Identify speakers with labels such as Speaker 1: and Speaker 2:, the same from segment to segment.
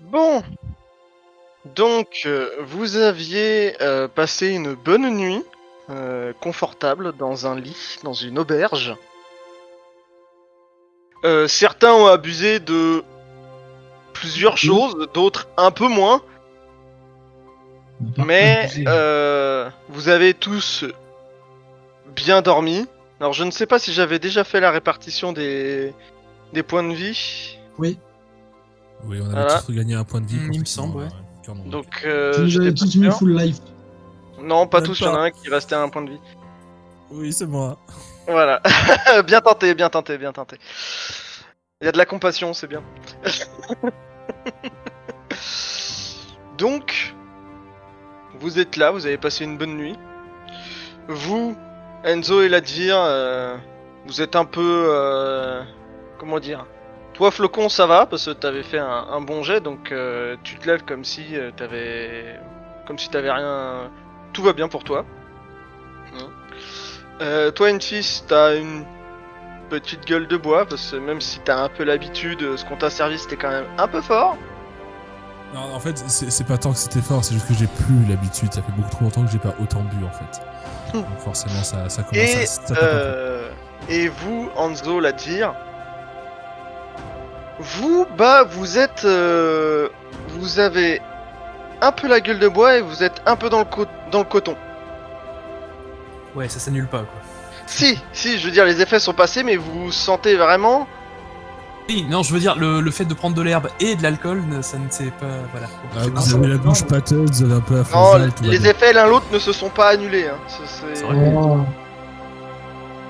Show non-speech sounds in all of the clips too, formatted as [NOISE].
Speaker 1: Bon. Donc, euh, vous aviez euh, passé une bonne nuit, euh, confortable, dans un lit, dans une auberge. Euh, certains ont abusé de plusieurs choses, d'autres un peu moins,
Speaker 2: On va pas
Speaker 1: mais
Speaker 2: abuser.
Speaker 1: euh, vous avez tous bien dormi. Alors, je ne sais pas si j'avais déjà fait la répartition des, des points de vie.
Speaker 3: Oui, on
Speaker 1: Voilà.
Speaker 3: avait tous gagné un point de vie.
Speaker 4: Mm, il me semble, ouais.
Speaker 3: purement.
Speaker 1: Donc, euh,
Speaker 2: Si Vous
Speaker 1: j'étais
Speaker 2: avez
Speaker 1: pas
Speaker 2: tous mis
Speaker 1: sûr.
Speaker 2: full life.
Speaker 1: Non, pas
Speaker 3: Même
Speaker 1: tous, il y en a
Speaker 3: pas.
Speaker 1: un qui restait à un point de vie.
Speaker 3: Oui, c'est moi.
Speaker 1: Voilà. [LAUGHS] bien tenté, bien tenté, bien tenté. Il y a de la compassion, c'est bien. [LAUGHS] Donc, vous êtes là, vous avez passé une bonne nuit. Vous, Enzo et Ladir, euh, vous êtes un peu... euh, comment dire Toi, Flocon, ça va, parce que t'avais fait un, un bon jet, donc euh, tu te lèves comme si euh, t'avais... Comme si t'avais rien... Tout va bien pour toi. Euh, toi, Enfis, t'as une petite gueule de bois, parce que même si t'as un peu l'habitude, euh, ce qu'on t'a servi c'était quand même un peu
Speaker 4: [LAUGHS]
Speaker 1: fort.
Speaker 3: Non, en fait, c'est c'est pas tant que c'était fort, c'est juste que j'ai plus l'habitude. Ça fait beaucoup trop longtemps que j'ai pas autant bu en fait.
Speaker 1: Hmm.
Speaker 3: Donc forcément, ça, ça commence
Speaker 1: Et,
Speaker 3: à. ça tape un peu.
Speaker 1: euh, et vous, Anzo, la dire. Vous, bah, vous êtes. euh, vous avez un peu la gueule de bois et vous êtes un peu dans le, co- dans le coton.
Speaker 4: Ouais, ça s'annule pas quoi.
Speaker 1: Si, si, je veux dire, les effets sont passés, mais vous sentez vraiment.
Speaker 4: Oui, non, je veux dire, le, le fait de prendre de l'herbe et de l'alcool, ne- ça ne s'est pas. Voilà.
Speaker 3: Ah,
Speaker 4: Non,
Speaker 3: vous avez la bouche pâteuse, vous avez un peu la
Speaker 1: Non,
Speaker 3: fronzale, tout va
Speaker 1: les
Speaker 3: bien.
Speaker 1: effets l'un l'autre ne se sont pas annulés. hein. Ça, c'est-
Speaker 4: C'est vrai.
Speaker 2: Oh.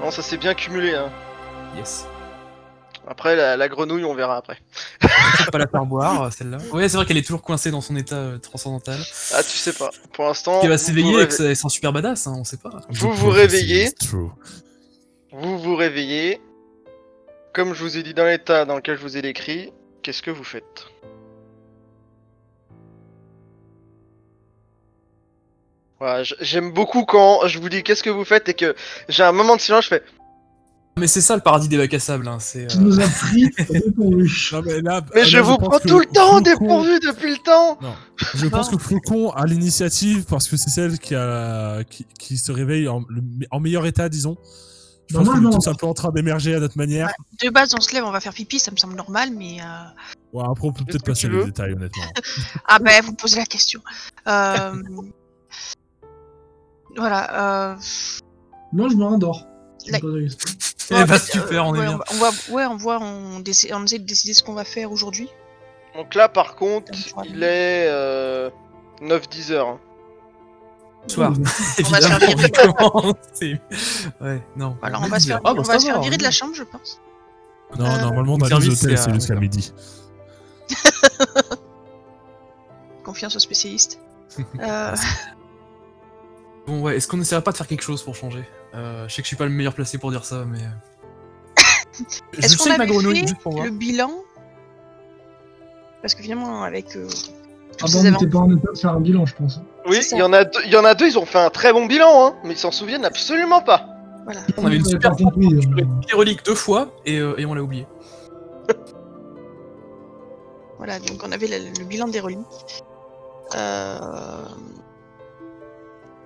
Speaker 1: Non, ça s'est bien cumulé. hein.
Speaker 4: Yes.
Speaker 1: Après, la- la grenouille, on verra après.
Speaker 4: Faut pas la faire boire, euh, celle-là. Ouais, c'est vrai qu'elle est toujours coincée dans son état euh, transcendantal.
Speaker 1: Ah, tu sais pas. Pour l'instant,
Speaker 5: Oh,
Speaker 4: Qu'elle va
Speaker 1: vous, vous,
Speaker 4: s'éveiller et
Speaker 1: réve-
Speaker 4: que ça- elle sent super badass, hein, on sait pas.
Speaker 3: Je
Speaker 1: vous
Speaker 3: crois
Speaker 1: vous
Speaker 3: que c'est
Speaker 1: réveillez.
Speaker 3: true.
Speaker 1: vous vous réveillez. Comme je vous ai dit dans l'état dans lequel je vous ai décrit, qu'est-ce que vous faites Voilà, j- J'aime beaucoup quand je vous dis qu'est-ce que vous faites et que j'ai un moment de silence, je fais
Speaker 4: Mais c'est ça le paradis des bacs à sable, hein, c'est.
Speaker 2: Tu
Speaker 4: euh,
Speaker 2: nous as pris
Speaker 1: [LAUGHS]
Speaker 2: au dépourvu.
Speaker 3: Non, mais là,
Speaker 1: Ah, Mais
Speaker 3: là,
Speaker 1: je vous
Speaker 3: pense
Speaker 1: prends
Speaker 3: que
Speaker 1: tout le temps au
Speaker 3: Flocon-
Speaker 1: dépourvu depuis le temps
Speaker 3: Non, je pense que Flocon a l'initiative parce que c'est celle qui, a, qui, qui se réveille en, le- en meilleur état, disons. Je
Speaker 2: Bah,
Speaker 3: pense
Speaker 2: moi,
Speaker 3: qu'on est
Speaker 2: non.
Speaker 3: tous un peu en train d'émerger à notre manière.
Speaker 5: De base, on se lève, on va faire pipi, ça me semble normal, mais. euh,
Speaker 3: Ouais, après, on peut
Speaker 1: Qu'est-ce que
Speaker 3: peut-être passer
Speaker 1: tu
Speaker 3: les
Speaker 1: veux
Speaker 2: [LAUGHS]
Speaker 3: détails, honnêtement.
Speaker 5: Ah ben, vous posez la question. Euh, voilà. euh,
Speaker 2: Moi, je me rendors. Tu me
Speaker 5: La-
Speaker 2: poses la question.
Speaker 4: Eh
Speaker 5: ouais,
Speaker 4: bah,
Speaker 5: en fait,
Speaker 4: super,
Speaker 5: euh,
Speaker 4: on est
Speaker 5: ouais,
Speaker 4: [LAUGHS] bien.
Speaker 5: va- On va, ouais, on voit, on, décide, on essaie de décider ce qu'on va faire aujourd'hui.
Speaker 1: Donc là, par contre,
Speaker 5: Comme toi.
Speaker 1: il est euh, 9-10 heures. hein.
Speaker 4: Soir.
Speaker 2: Ah
Speaker 5: On va se
Speaker 4: [LAUGHS]
Speaker 5: faire
Speaker 4: Évidemment, évidemment, c'est- Ouais, non.
Speaker 5: Voilà, on va se faire,
Speaker 4: Ah, bah,
Speaker 5: on
Speaker 4: ça
Speaker 5: va se
Speaker 4: va,
Speaker 5: faire virer
Speaker 4: hein.
Speaker 5: de la chambre, je pense.
Speaker 3: Non,
Speaker 5: Euh,
Speaker 3: normalement, dans les
Speaker 4: service,
Speaker 3: hôtels,
Speaker 4: c'est
Speaker 3: c'est
Speaker 4: à-
Speaker 3: jusqu'à midi.
Speaker 5: Confiance
Speaker 4: [LAUGHS]
Speaker 5: aux spécialistes. Euh,
Speaker 4: hein. Bon, ouais, est-ce qu'on n'essaierait pas de faire quelque chose pour changer Euh, Je sais que je suis pas le meilleur placé pour dire ça, mais. euh. Je
Speaker 5: Est-ce qu'on
Speaker 4: sais que ma
Speaker 5: avait
Speaker 4: grenouille,
Speaker 5: fait
Speaker 4: juste pour voir.
Speaker 5: le bilan Parce que finalement, avec. euh, tous
Speaker 2: Ah
Speaker 5: ces
Speaker 2: bon, mais
Speaker 5: événements-
Speaker 2: t'es pas en état de faire un bilan, je pense.
Speaker 1: Oui,
Speaker 5: ça.
Speaker 1: il y, en a deux- il y en a deux, ils ont fait un très bon bilan, hein, mais ils s'en souviennent absolument pas.
Speaker 5: voilà.
Speaker 4: On avait une
Speaker 2: J'avais
Speaker 4: super
Speaker 2: pas compris. euh,
Speaker 4: On a les reliques deux fois et, euh, et on l'a oublié.
Speaker 5: Voilà, donc on avait le, le bilan des reliques. Euh,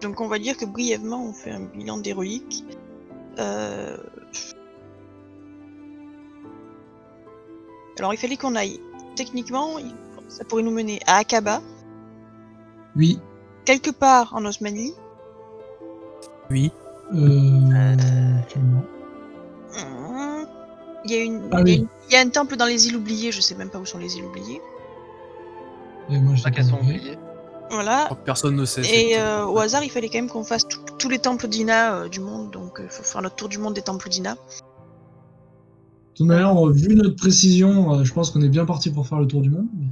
Speaker 5: Donc on va dire que brièvement on fait un bilan des reliques. Euh, Alors il fallait qu'on aille. Techniquement, il- ça pourrait nous mener à Akaba,
Speaker 2: Oui.
Speaker 5: quelque part en Osmanie.
Speaker 4: Oui.
Speaker 2: Euh... actuellement.
Speaker 5: Hum, Il y, a une,
Speaker 2: Ah
Speaker 5: il, y a
Speaker 2: oui.
Speaker 5: une- il y a un temple dans les îles oubliées, je sais même pas où sont les îles oubliées.
Speaker 2: Et moi, je
Speaker 1: Pas
Speaker 2: l'ai
Speaker 1: qu'elles
Speaker 2: pas
Speaker 1: sont
Speaker 2: compris.
Speaker 1: oubliées.
Speaker 5: Voilà.
Speaker 4: Oh, Personne ne sait.
Speaker 5: Ah. Et euh, au hasard, il fallait quand même qu'on fasse tout- tous les temples d'Ina euh, du monde, donc il faut faire notre tour du monde des temples d'Ina.
Speaker 2: De toute manière, euh, vu notre précision, euh, je pense qu'on est bien parti pour faire le tour du monde. mais-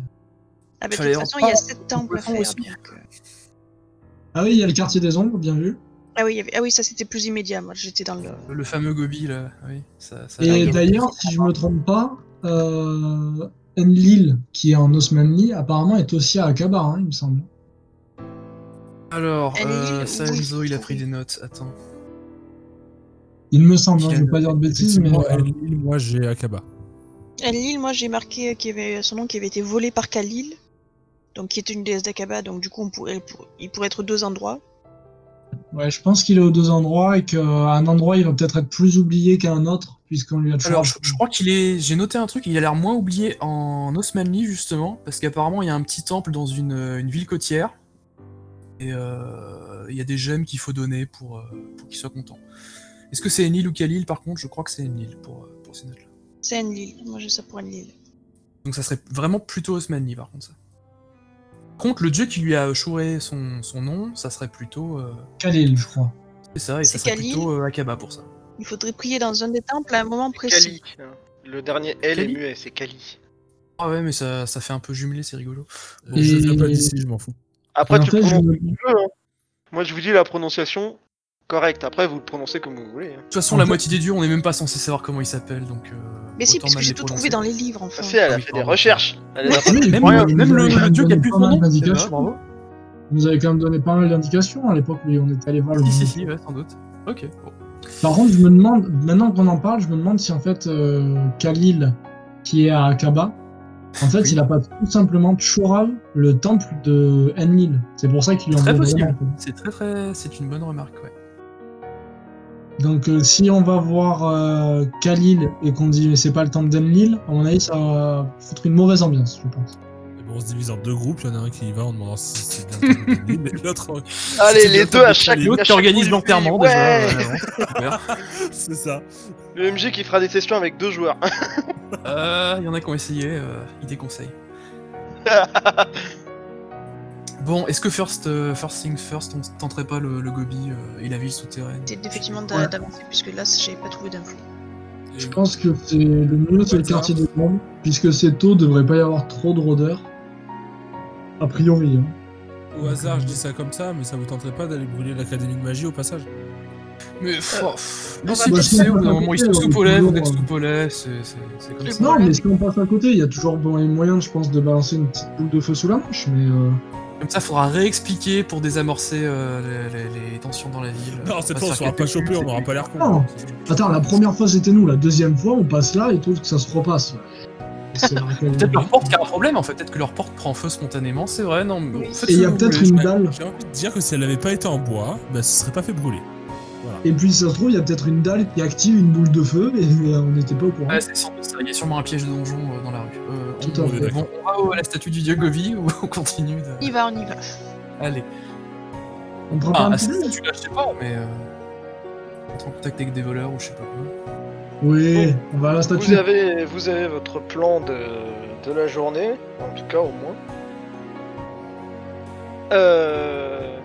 Speaker 5: Ah bah, de
Speaker 4: Fallait
Speaker 5: toute
Speaker 4: en
Speaker 5: façon, il y a
Speaker 4: parler.
Speaker 5: 7 temples à
Speaker 4: Poisson
Speaker 5: faire.
Speaker 4: aussi.
Speaker 5: donc, euh.
Speaker 2: Ah oui, il y a le quartier des ombres, bien vu.
Speaker 5: Ah, oui, il y avait- ah oui, ça c'était plus immédiat, moi j'étais dans le...
Speaker 4: Le fameux Gobi là, oui. Ça, ça
Speaker 2: Et
Speaker 4: arrive.
Speaker 2: d'ailleurs, si je me trompe pas, euh, Enlil, qui est en Osmanli, apparemment est aussi à Akaba, hein, il me semble.
Speaker 4: Alors,
Speaker 5: Elle est
Speaker 4: euh,
Speaker 5: où
Speaker 4: Salzo, il a pris des notes. Attends.
Speaker 2: Il me semble, hein, je veux pas dire de bêtises, mais...
Speaker 3: Effectivement,
Speaker 2: euh,
Speaker 3: à Lille, moi, j'ai Akaba.
Speaker 5: euh, Enlil, moi j'ai marqué qu'il y avait son nom qui avait été volé par Khalil. donc qui est une déesse d'Akaba, donc du coup on pourrait, pour- il pourrait être aux deux endroits.
Speaker 2: euh, Ouais, je pense qu'il est aux deux endroits et qu'à un endroit, il va peut-être être plus oublié qu'à un autre, puisqu'on lui a toujours.
Speaker 4: Alors, je, je crois qu'il est. J'ai noté un truc, il a l'air moins oublié en Osmanli, justement, parce qu'apparemment, il y a un petit temple dans une, euh, une ville côtière. Et euh, il y a des gemmes qu'il faut donner pour, euh, pour qu'il soit content. Est-ce que c'est Enlil ou Khalil Par contre, je crois que c'est Enlil pour, euh, pour ces notes-là.
Speaker 5: C'est une île, moi j'ai ça pour une île.
Speaker 4: Donc, ça serait vraiment plutôt Osmanli, par contre, ça. Par contre, le dieu qui lui a chouré son, son nom, ça serait plutôt. euh,
Speaker 2: Khalil, je crois.
Speaker 4: c'est ça, et ça
Speaker 5: C'est
Speaker 4: serait
Speaker 5: Khalil
Speaker 4: plutôt euh, Akaba pour ça.
Speaker 5: Il faudrait prier dans un des temples à un moment précis.
Speaker 1: Kali. hein. Le dernier L est
Speaker 4: Kali
Speaker 1: muet, c'est Kali.
Speaker 4: Ah ouais, mais ça, ça fait un peu jumelé, c'est rigolo.
Speaker 3: Bon, Je viens pas d'ici, je m'en fous.
Speaker 1: Après,
Speaker 2: Alors,
Speaker 1: tu
Speaker 2: en fait, je-
Speaker 1: prononces comme tu veux. hein. Moi, je vous dis la prononciation correcte. Après, vous le prononcez comme vous voulez. hein.
Speaker 4: De toute façon, la moitié des dieux, on n'est même pas censé savoir comment ils s'appellent, donc. euh,
Speaker 5: Mais si,
Speaker 4: autant
Speaker 5: parce que
Speaker 4: mal
Speaker 5: j'ai
Speaker 4: les
Speaker 5: tout
Speaker 4: prononcer.
Speaker 5: trouvé dans les livres enfin.
Speaker 1: Ah, si, elle a
Speaker 4: oui,
Speaker 1: fait des
Speaker 4: pardon.
Speaker 1: recherches. Elle les a pas-
Speaker 2: Ah Oui,
Speaker 4: Même,
Speaker 2: vous
Speaker 4: le-
Speaker 2: avez-
Speaker 4: même
Speaker 2: vous
Speaker 4: le,
Speaker 2: avez quand
Speaker 4: le
Speaker 2: même
Speaker 4: dieu qui a
Speaker 2: donné
Speaker 4: plus
Speaker 2: pas
Speaker 4: son
Speaker 2: mal
Speaker 4: nom. Eh ben,
Speaker 2: d'indications.
Speaker 4: bravo.
Speaker 2: Vous avez quand même donné pas mal d'indications à l'époque où on est allé voir le.
Speaker 4: Si, si, si, ouais, sans doute. Ok. bon.
Speaker 2: Par contre, je me demande, maintenant qu'on en parle, je me demande si en fait euh, Khalil, qui est à Akaba, en fait,
Speaker 4: Oui.
Speaker 2: il a pas tout simplement Choral, le temple de Enlil. C'est pour ça qu'il lui
Speaker 4: Très
Speaker 2: envoie
Speaker 4: possible.
Speaker 2: vraiment, quoi.
Speaker 4: C'est très très. C'est une bonne remarque, ouais.
Speaker 2: Donc, euh, si on va voir euh, Khalil et qu'on dit c'est pas le temple d'Enlil, à mon avis, ça va foutre une mauvaise ambiance, je pense.
Speaker 3: Et bon, on se divise en deux groupes, il y en a un qui y va en demandant si c'est bien
Speaker 2: [LAUGHS]
Speaker 3: le Khalil, mais l'autre.
Speaker 1: Allez,
Speaker 3: c'est
Speaker 1: les
Speaker 3: bien
Speaker 1: deux à
Speaker 3: Khalil.
Speaker 1: chaque.
Speaker 4: Et
Speaker 1: à
Speaker 4: l'autre qui
Speaker 1: chaque
Speaker 4: organise
Speaker 1: bout du pays,
Speaker 4: l'enterrement
Speaker 1: ouais.
Speaker 4: déjà. euh, ouais, ouais, super.
Speaker 3: [LAUGHS] C'est ça.
Speaker 1: Le MJ qui fera des sessions avec deux joueurs.
Speaker 4: [LAUGHS] Euh, Il y en a qui ont essayé, euh, ils
Speaker 5: [LAUGHS]
Speaker 4: déconseillent. Bon, est-ce que first, euh, first things first, on tenterait pas le, le Gobi euh, et la ville souterraine
Speaker 5: C'est effectivement d'a-
Speaker 2: Ouais.
Speaker 5: d'avancer, puisque là j'avais pas trouvé d'infos.
Speaker 2: Je pense que c'est le mieux, c'est le
Speaker 3: Ouais, ça
Speaker 2: quartier de Grande, puisque c'est tôt, devrait pas y avoir trop de rôdeurs. A priori, hein.
Speaker 3: Au hasard, je dis ça comme ça, mais ça vous tenterait pas d'aller brûler l'académie de magie au passage
Speaker 4: Mais
Speaker 1: Euh,
Speaker 4: pff,
Speaker 1: on va
Speaker 4: laissez
Speaker 1: pas
Speaker 4: passer,
Speaker 2: se
Speaker 4: au bout d'un
Speaker 2: faire
Speaker 4: moment, ils sont
Speaker 2: raconter,
Speaker 4: sous
Speaker 2: euh,
Speaker 4: polais, vous êtes
Speaker 2: toujours,
Speaker 4: sous
Speaker 2: euh.
Speaker 4: polais, c'est c'est- c'est comme
Speaker 5: Les
Speaker 4: ça.
Speaker 2: Non, mais si on passe à côté, il y a toujours bon, les moyens, je pense, de balancer une petite boule de feu sous la manche, mais euh,
Speaker 4: Comme ça, faudra réexpliquer pour désamorcer euh, les, les- les tensions dans la ville.
Speaker 2: Bah,
Speaker 3: Non, c'est
Speaker 4: Pas
Speaker 3: pas,
Speaker 4: se
Speaker 3: on
Speaker 4: faire
Speaker 3: sera pas
Speaker 4: capter.
Speaker 3: chopé, on aura pas l'air con. Hein.
Speaker 2: Non. attends, la première fois c'était nous, la deuxième fois on passe là, ils trouvent que ça se repasse.
Speaker 4: [LAUGHS]
Speaker 2: C'est vrai que-
Speaker 4: Peut-être leur porte qui a un problème en fait, peut-être que leur porte prend feu spontanément, c'est vrai, non mais
Speaker 5: Oui.
Speaker 4: en fait,
Speaker 2: Et il y a
Speaker 4: vous
Speaker 2: peut-être
Speaker 4: voulez.
Speaker 2: une dalle,
Speaker 3: Bah, J'ai envie de dire que si elle avait pas été en bois, bah, ce serait pas fait brûler.
Speaker 2: et puis si ça se trouve, il y a peut-être une dalle qui active une boule de feu, et [LAUGHS] euh, on n'était pas au courant.
Speaker 4: Ouais, c'est sans doute ça, il y a sûrement un piège de donjon euh, dans la rue. Euh, on-
Speaker 2: Tout à
Speaker 4: on-
Speaker 3: fait.
Speaker 4: bon, on va au- à la statue du dieu Govi ou on continue
Speaker 5: On y
Speaker 4: de...
Speaker 5: va, on y va.
Speaker 4: Allez.
Speaker 2: On prend pas
Speaker 4: Ah,
Speaker 2: un
Speaker 4: à
Speaker 2: petit
Speaker 4: cette
Speaker 2: peu
Speaker 4: statue-là, je sais pas, mais... Euh... Être en contact avec des voleurs ou je sais pas quoi.
Speaker 2: Oui, on va à la statue.
Speaker 1: Vous avez, vous avez votre plan de, de la journée, en tout cas au moins. Euh,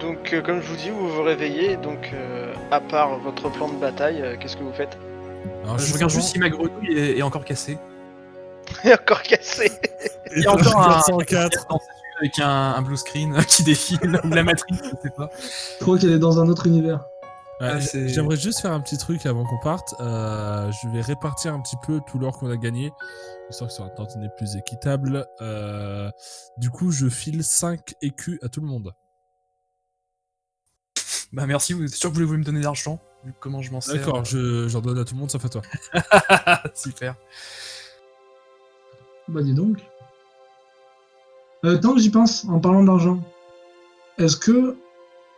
Speaker 1: donc, euh, comme je vous dis, vous vous réveillez. Donc, euh, à part votre plan de bataille, euh, qu'est-ce que vous faites [LAUGHS]
Speaker 3: Alors,
Speaker 4: Euh, je regarde juste si ma grenouille est, est encore cassée.
Speaker 1: Encore cassé.
Speaker 4: [LAUGHS]
Speaker 3: Il
Speaker 4: y a encore un-
Speaker 3: 404.
Speaker 4: Avec un, un blue screen [LAUGHS] qui défile, ou la matrice, je sais pas.
Speaker 2: Je crois qu'elle est dans un autre univers.
Speaker 3: Ouais,
Speaker 4: Ah,
Speaker 3: j-
Speaker 4: c'est-
Speaker 3: J'aimerais juste faire un petit truc avant qu'on parte. Euh, je vais répartir un petit peu tout l'or qu'on a gagné, histoire que ce soit un tantinet plus équitable. Euh, du coup, je file 5 écus à tout le monde.
Speaker 4: Bah merci, vous êtes sûr que vous voulez me donner de l'argent Vu comment je m'en sers. [LAUGHS] Ah,
Speaker 3: D'accord, je- j'en donne à tout le monde, sauf à toi.
Speaker 4: Super.
Speaker 2: Bah dis donc. Euh, tant que j'y pense, en parlant d'argent, est-ce que,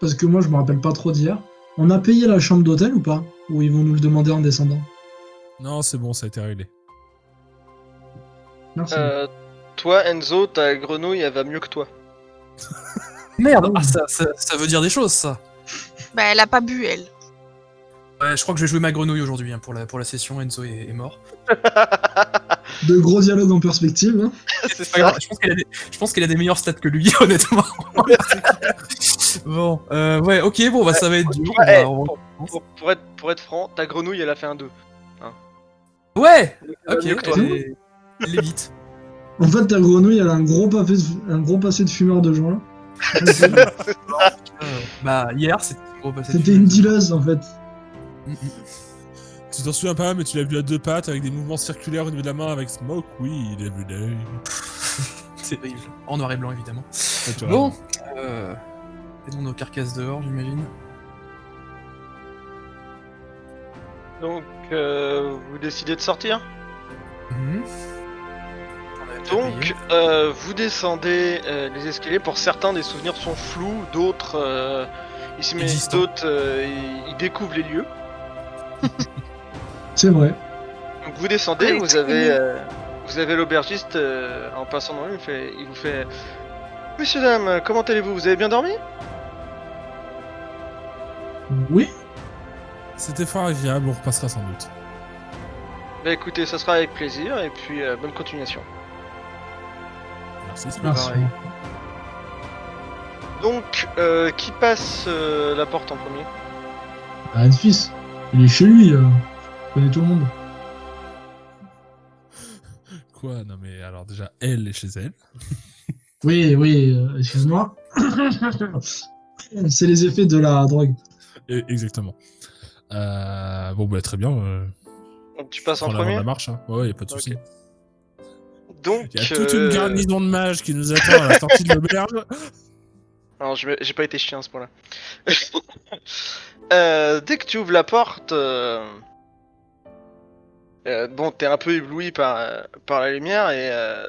Speaker 2: parce que moi je me rappelle pas trop d'hier, on a payé la chambre d'hôtel ou pas Ou ils vont nous le demander en descendant
Speaker 3: Non, c'est bon, ça a été réglé.
Speaker 2: Merci.
Speaker 1: Euh, toi, Enzo, ta grenouille, elle va mieux que toi. [LAUGHS]
Speaker 4: Merde ah, ça, ça, ça veut dire des choses, ça
Speaker 5: Bah elle a pas bu, elle.
Speaker 4: Ouais, je crois que je vais jouer ma grenouille aujourd'hui hein, pour, la, pour la session, Enzo est, est mort.
Speaker 2: De gros dialogues en perspective. hein.
Speaker 1: C'est
Speaker 4: C'est pas grave, je pense qu'elle a, des- je pense qu'elle a des meilleurs stats que lui, [LAUGHS] honnêtement. bon, euh, ouais, ok, bon, bah, ça va être dur. on
Speaker 1: eh,
Speaker 4: va- on va-
Speaker 1: Pour, pour être, pour être franc, ta grenouille, elle a fait un Euh, 2.
Speaker 4: Ouais
Speaker 1: Elle va
Speaker 4: Ok,
Speaker 1: mieux que toi.
Speaker 4: elle est- elle est vite.
Speaker 2: En fait, ta grenouille, elle a un gros, pavé- un gros passé de fumeur de joint.
Speaker 4: Euh, bah, hier, c'était gros bah, cette
Speaker 2: C'était
Speaker 4: fumée.
Speaker 2: une dealeuse en fait.
Speaker 4: Mm, mm.
Speaker 3: Tu t'en souviens pas, mais tu l'as vu à deux pattes avec des mouvements circulaires au niveau de la main avec Smoke. Oui, il est vu d'œil.
Speaker 4: C'est horrible. En noir et blanc, évidemment.
Speaker 3: Naturellement.
Speaker 4: Bon, euh, mettons nos carcasses dehors, j'imagine.
Speaker 1: Donc, euh, vous décidez de sortir
Speaker 4: Mhm. On avait
Speaker 1: Donc, euh, vous descendez euh, les escaliers. Pour certains, des souvenirs sont flous, d'autres, euh, ils s'y mettent,
Speaker 4: Existants.
Speaker 1: d'autres, euh, ils, ils découvrent les lieux.
Speaker 2: C'est vrai.
Speaker 1: Donc, vous descendez,
Speaker 5: Allez,
Speaker 1: vous
Speaker 5: très
Speaker 1: avez,
Speaker 5: bien.
Speaker 1: euh, vous avez l'aubergiste euh, en passant dans lui. Il, fait, il vous fait Messieurs, dames, comment allez-vous Vous avez bien dormi
Speaker 2: Oui,
Speaker 3: C'était fort agréable, on repassera sans doute.
Speaker 1: Bah écoutez, ça sera avec plaisir. Et puis, euh, bonne continuation.
Speaker 3: Merci. Sylvain.
Speaker 2: merci.
Speaker 4: pareil.
Speaker 1: Donc, euh, qui passe euh, la porte en premier
Speaker 2: Rien de fils. Il est chez lui. euh. Il connaît tout le monde.
Speaker 3: Quoi Non mais alors déjà, elle est chez elle.
Speaker 2: Oui, oui, euh, excuse-moi. [COUGHS] C'est les effets de la drogue.
Speaker 3: Et- exactement. Euh, bon bah très bien. euh,
Speaker 1: Donc, tu passes en
Speaker 3: prends l'avant de
Speaker 1: premier
Speaker 3: la marche. Hein. Ouais, ouais, y a pas de
Speaker 1: Ok.
Speaker 3: souci.
Speaker 1: Donc,
Speaker 3: Il y a toute une
Speaker 1: euh,
Speaker 3: garnison de mages qui nous attend à la sortie de [LAUGHS] l'auberge.
Speaker 1: Non, je me- j'ai pas été chien à ce point-là. [LAUGHS] Euh, dès que tu ouvres la porte, euh, euh, bon, t'es un peu ébloui par, euh, par la lumière et euh,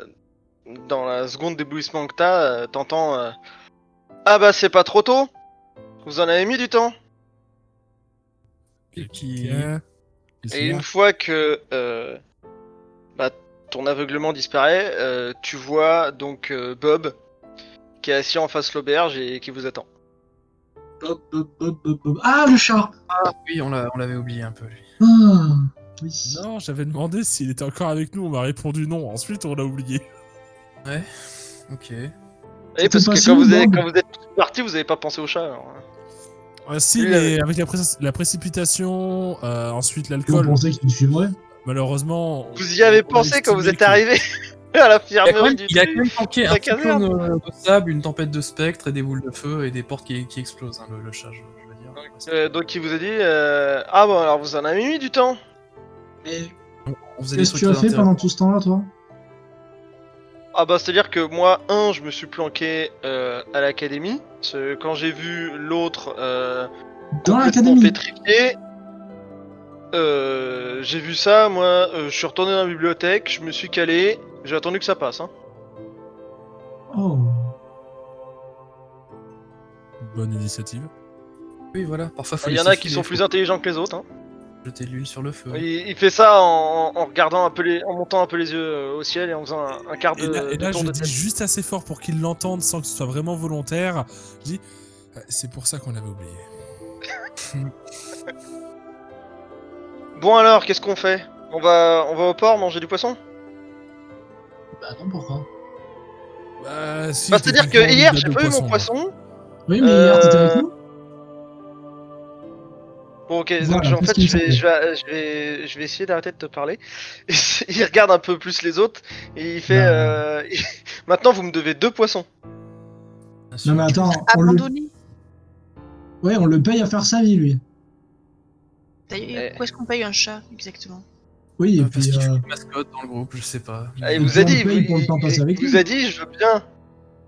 Speaker 1: dans la seconde d'éblouissement que t'as, euh, t'entends euh, Ah bah c'est pas trop tôt Vous en avez mis du temps
Speaker 4: Et qui-
Speaker 3: Et c'est
Speaker 1: Et
Speaker 3: là.
Speaker 1: une fois que euh, bah, ton aveuglement disparaît, euh, tu vois donc euh, Bob qui est assis en face de l'auberge et qui vous attend.
Speaker 2: Hop, hop, hop, hop, hop. Ah, le chat
Speaker 4: Ah oui, on l'a- on l'avait oublié un peu. lui.
Speaker 2: Ah, oui.
Speaker 3: Non, j'avais demandé s'il était encore avec nous, on m'a répondu non. Ensuite, on l'a oublié.
Speaker 4: Ok.
Speaker 1: Oui,
Speaker 2: C'était
Speaker 1: parce
Speaker 2: pas
Speaker 1: que
Speaker 2: si
Speaker 1: quand vous, avez,
Speaker 2: énorme.
Speaker 1: quand vous êtes parti, vous avez pas pensé au chat. alors, hein.
Speaker 3: Ah, si,
Speaker 1: Oui,
Speaker 3: mais avec la, pré- la précipitation, euh, ensuite
Speaker 2: On
Speaker 3: l'alcool,
Speaker 2: pensait qu'il suivrait.
Speaker 3: malheureusement. on-
Speaker 1: Vous y avez
Speaker 3: on a
Speaker 1: pensé quand vous
Speaker 3: estimé
Speaker 1: êtes
Speaker 3: que-
Speaker 1: arrivé [LAUGHS] à
Speaker 4: Il a quand
Speaker 1: l'infirmerie
Speaker 4: même,
Speaker 1: du
Speaker 4: il a
Speaker 1: truc.
Speaker 4: quand même manqué
Speaker 1: la
Speaker 4: un
Speaker 1: caserne.
Speaker 4: cyclone euh, de sable, une tempête de spectres et des boules de feu et des portes qui, qui explosent, hein, le, le chat, je, je veux dire.
Speaker 1: Euh, donc il vous a dit euh, Ah bon, alors vous en avez mis du temps
Speaker 2: Mais
Speaker 4: on faisait des
Speaker 2: qu'est-ce que tu
Speaker 4: trucs
Speaker 2: as
Speaker 4: très
Speaker 2: fait
Speaker 4: intéressants.
Speaker 2: pendant tout ce temps-là, toi
Speaker 1: Ah bah c'est à dire que moi, un, je me suis planqué euh, à l'académie. parce que Quand j'ai vu l'autre euh,
Speaker 2: Dans
Speaker 1: complètement
Speaker 2: l'académie
Speaker 1: pétrifié, euh, j'ai vu ça. Moi, euh, je suis retourné dans la bibliothèque, je me suis calé, j'ai attendu que ça passe. hein.
Speaker 2: Oh,
Speaker 3: Bonne initiative.
Speaker 4: Oui, voilà, parfois faut
Speaker 1: Il y en
Speaker 4: laisser
Speaker 1: a qui
Speaker 4: filer,
Speaker 1: sont
Speaker 4: faut
Speaker 1: plus intelligents que les autres. hein.
Speaker 4: Jeter de l'huile sur le feu.
Speaker 1: Il, il fait ça en, en regardant un peu les, en montant un peu les yeux euh, au ciel et en faisant un, un quart de,
Speaker 3: Et là, et
Speaker 1: de
Speaker 3: là,
Speaker 1: tour
Speaker 3: je
Speaker 1: de
Speaker 3: dis
Speaker 1: tête.
Speaker 3: juste assez fort pour qu'ils l'entendent sans que ce soit vraiment volontaire. Je dis, euh, c'est pour ça qu'on l'avait oublié.
Speaker 1: Bon alors, qu'est-ce qu'on fait On va, on va au port manger du poisson
Speaker 2: bah non, pourquoi
Speaker 3: Bah, si,
Speaker 1: Bah, C'est-à-dire que
Speaker 3: techniquement, on
Speaker 1: hier,
Speaker 3: a
Speaker 1: j'ai
Speaker 3: deux
Speaker 1: pas eu mon
Speaker 3: poissons,
Speaker 1: poisson.
Speaker 2: Oui, mais hier, t'étais
Speaker 4: Euh,
Speaker 2: avec nous
Speaker 1: Bon ok,
Speaker 2: Voilà,
Speaker 1: donc je- en
Speaker 2: qu'est-ce
Speaker 1: fait,
Speaker 2: qu'il
Speaker 1: je vais,
Speaker 2: me
Speaker 1: je vais, je vais, je vais essayer d'arrêter de te parler. [LAUGHS] il regarde un peu plus les autres et il fait.
Speaker 3: Bah.
Speaker 1: euh, [LAUGHS] Maintenant, vous me devez deux poissons.
Speaker 4: Bien sûr.
Speaker 2: Non, mais attends,
Speaker 5: Ah,
Speaker 2: on le...
Speaker 5: Abandonné.
Speaker 2: Ouais, on le paye à faire sa vie, lui.
Speaker 5: D'ailleurs,
Speaker 3: Euh.
Speaker 1: Eh.
Speaker 5: pourquoi est-ce qu'on paye un chat exactement
Speaker 2: Oui, et
Speaker 4: Euh, parce
Speaker 2: puis...
Speaker 4: qu'il
Speaker 2: euh,
Speaker 4: joue une mascotte dans le groupe, je sais pas.
Speaker 1: Ah, il
Speaker 2: Et
Speaker 1: vous
Speaker 2: puis,
Speaker 1: a
Speaker 2: on
Speaker 1: dit,
Speaker 2: le paye
Speaker 1: vous-
Speaker 2: pour le temps
Speaker 1: il-
Speaker 2: passé
Speaker 1: il
Speaker 2: avec
Speaker 1: vous
Speaker 2: lui.
Speaker 1: a dit, je veux bien.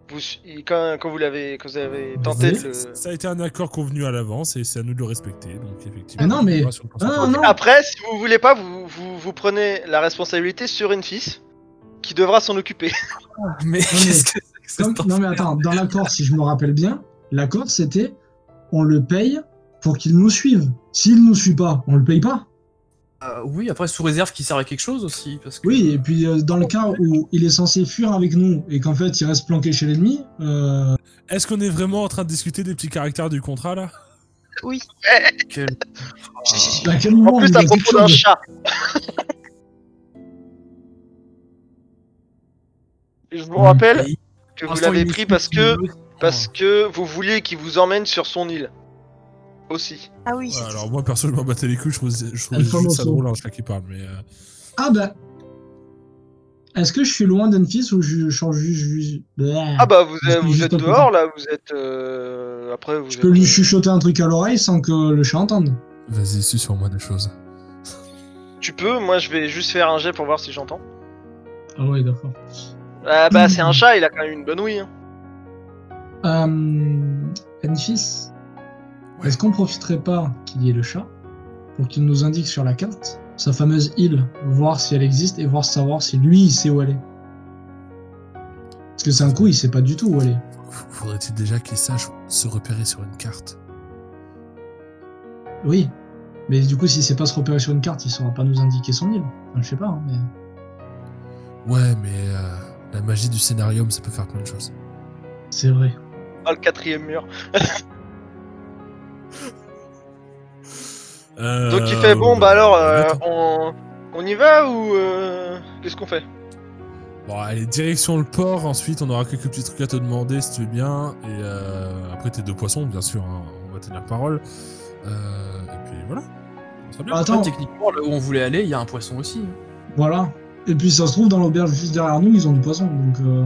Speaker 1: Vous, il- quand, quand vous l'avez, quand vous avez tenté de
Speaker 3: C'est-
Speaker 1: le.
Speaker 3: Ça a été un accord convenu à l'avance et c'est à nous de le respecter. Donc effectivement.
Speaker 2: Mais non,
Speaker 3: on
Speaker 2: mais-
Speaker 3: va sur le
Speaker 2: Ah,
Speaker 3: pourcentage.
Speaker 2: non.
Speaker 1: Après, si vous voulez pas, vous, vous, vous prenez la responsabilité sur une fils qui devra s'en occuper.
Speaker 4: [LAUGHS] Mais qu'est-ce que c'est que
Speaker 2: Comme-
Speaker 4: cette
Speaker 2: Ah, Non, mais attends, dans l'accord, si je me rappelle bien, l'accord, c'était on le paye pour qu'il nous suive. S'il nous suit pas, on le paye pas.
Speaker 4: Euh, oui, après, sous réserve qu'il serve à quelque chose aussi. Parce que...
Speaker 2: Oui, et puis euh, dans le cas où il est censé fuir avec nous et qu'en fait il reste planqué chez l'ennemi, euh,
Speaker 3: Est-ce qu'on est vraiment en train de discuter des petits caractères du contrat là
Speaker 5: Oui.
Speaker 4: Quel-
Speaker 2: à quel moment
Speaker 1: En
Speaker 2: on
Speaker 1: plus,
Speaker 2: lui
Speaker 1: à
Speaker 2: dit quelque
Speaker 1: propos d'un
Speaker 2: chose
Speaker 1: chat. Je vous rappelle
Speaker 4: Oui.
Speaker 1: que
Speaker 4: Pour
Speaker 1: vous
Speaker 4: l'instant,
Speaker 1: l'avez
Speaker 4: il
Speaker 1: pris
Speaker 4: nous
Speaker 1: parce
Speaker 4: suit,
Speaker 1: que,
Speaker 4: il nous-
Speaker 1: parce que vous vouliez qu'il vous emmène sur son île. Aussi.
Speaker 5: Ah oui.
Speaker 3: Ouais,
Speaker 5: c'est-
Speaker 3: Alors moi perso je m'en battais les couilles, je trouvais, je trouvais
Speaker 2: Elle parle
Speaker 3: juste ça
Speaker 2: ensemble.
Speaker 3: drôle un chat qui parle. Mais euh,
Speaker 2: Ah bah. Est-ce que je suis loin d'Enfis ou je change juste. juste- Blah.
Speaker 1: Ah bah, vous,
Speaker 2: Je
Speaker 1: euh,
Speaker 2: suis
Speaker 1: vous
Speaker 2: juste
Speaker 1: êtes
Speaker 2: à côté.
Speaker 1: dehors là, vous êtes. euh, Après, vous
Speaker 2: je
Speaker 1: êtes,
Speaker 2: peux lui
Speaker 1: euh,
Speaker 2: chuchoter un truc à l'oreille sans que le chat entende.
Speaker 3: vas-y, suis sur moi des choses.
Speaker 1: euh, Tu peux, moi je vais juste faire un jet pour voir si j'entends.
Speaker 2: Ah ouais, d'accord.
Speaker 1: Ah bah, c'est un chat, il a quand même une bonne ouïe. hein.
Speaker 2: Euh, Enfis,
Speaker 3: Ouais.
Speaker 2: est-ce qu'on profiterait pas qu'il y ait le chat pour qu'il nous indique sur la carte sa fameuse île, voir si elle existe et voir savoir si lui il sait où elle est que c'est un coup, il sait pas du tout où aller.
Speaker 3: F- Faudrait-il déjà qu'ils sachent se repérer sur une carte
Speaker 2: Oui. Mais du coup, s'il sait pas se repérer sur une carte, il saura pas nous indiquer son île. Enfin, je sais pas, hein, mais.
Speaker 3: Ouais, mais euh, la magie du scénarium, ça peut faire plein de choses.
Speaker 2: C'est vrai.
Speaker 1: Ah, le quatrième mur.
Speaker 3: Euh,
Speaker 1: Donc il fait bon, bah alors, euh, on... on y va ou euh, qu'est-ce qu'on fait
Speaker 3: Bon, allez, direction le port, ensuite on aura quelques petits trucs à te demander si tu veux bien. Et euh, après tes deux poissons, bien sûr, hein, on va tenir parole. Euh, et puis voilà. Ça sera bien.
Speaker 2: Ah, Attends.
Speaker 4: Après, techniquement, là où on voulait aller, il y a un poisson aussi.
Speaker 2: Voilà. Et puis ça se trouve, dans l'auberge juste derrière nous, ils ont du poisson, donc. euh,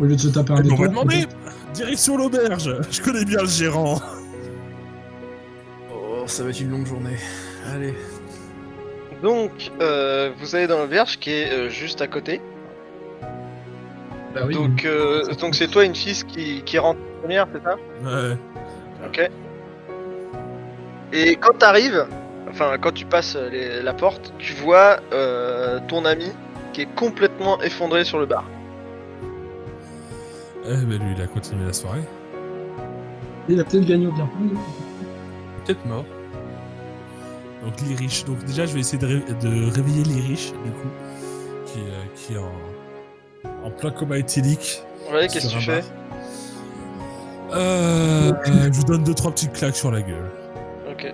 Speaker 2: Au lieu de se taper un
Speaker 3: Eh ben, on va
Speaker 2: détour,
Speaker 3: demander Direction l'auberge Je connais bien le gérant
Speaker 4: Oh, ça va être une longue journée. Allez.
Speaker 1: Donc, euh, vous allez dans l'auberge qui est euh, juste à côté.
Speaker 2: Bah oui,
Speaker 1: donc, euh, donc c'est toi, une fille qui, qui rentre première, c'est ça
Speaker 3: Ouais.
Speaker 1: Ok. Et quand t'arrives, enfin quand tu passes les- la porte, tu vois euh, ton ami qui est complètement effondré sur le bar.
Speaker 3: Eh ben lui, il a continué la soirée.
Speaker 2: Il a peut-être gagné au bien
Speaker 4: Peut-être mort.
Speaker 3: Donc les riches. Donc déjà, je vais essayer de, ré- de réveiller les riches, du coup, qui, euh, qui est en, en plein coma éthylique.
Speaker 1: Ouais, qu'est-ce que
Speaker 3: sur
Speaker 1: tu
Speaker 3: un
Speaker 1: fais
Speaker 3: bar. euh, euh, Je vous donne deux trois petites claques sur la gueule.
Speaker 1: Ok.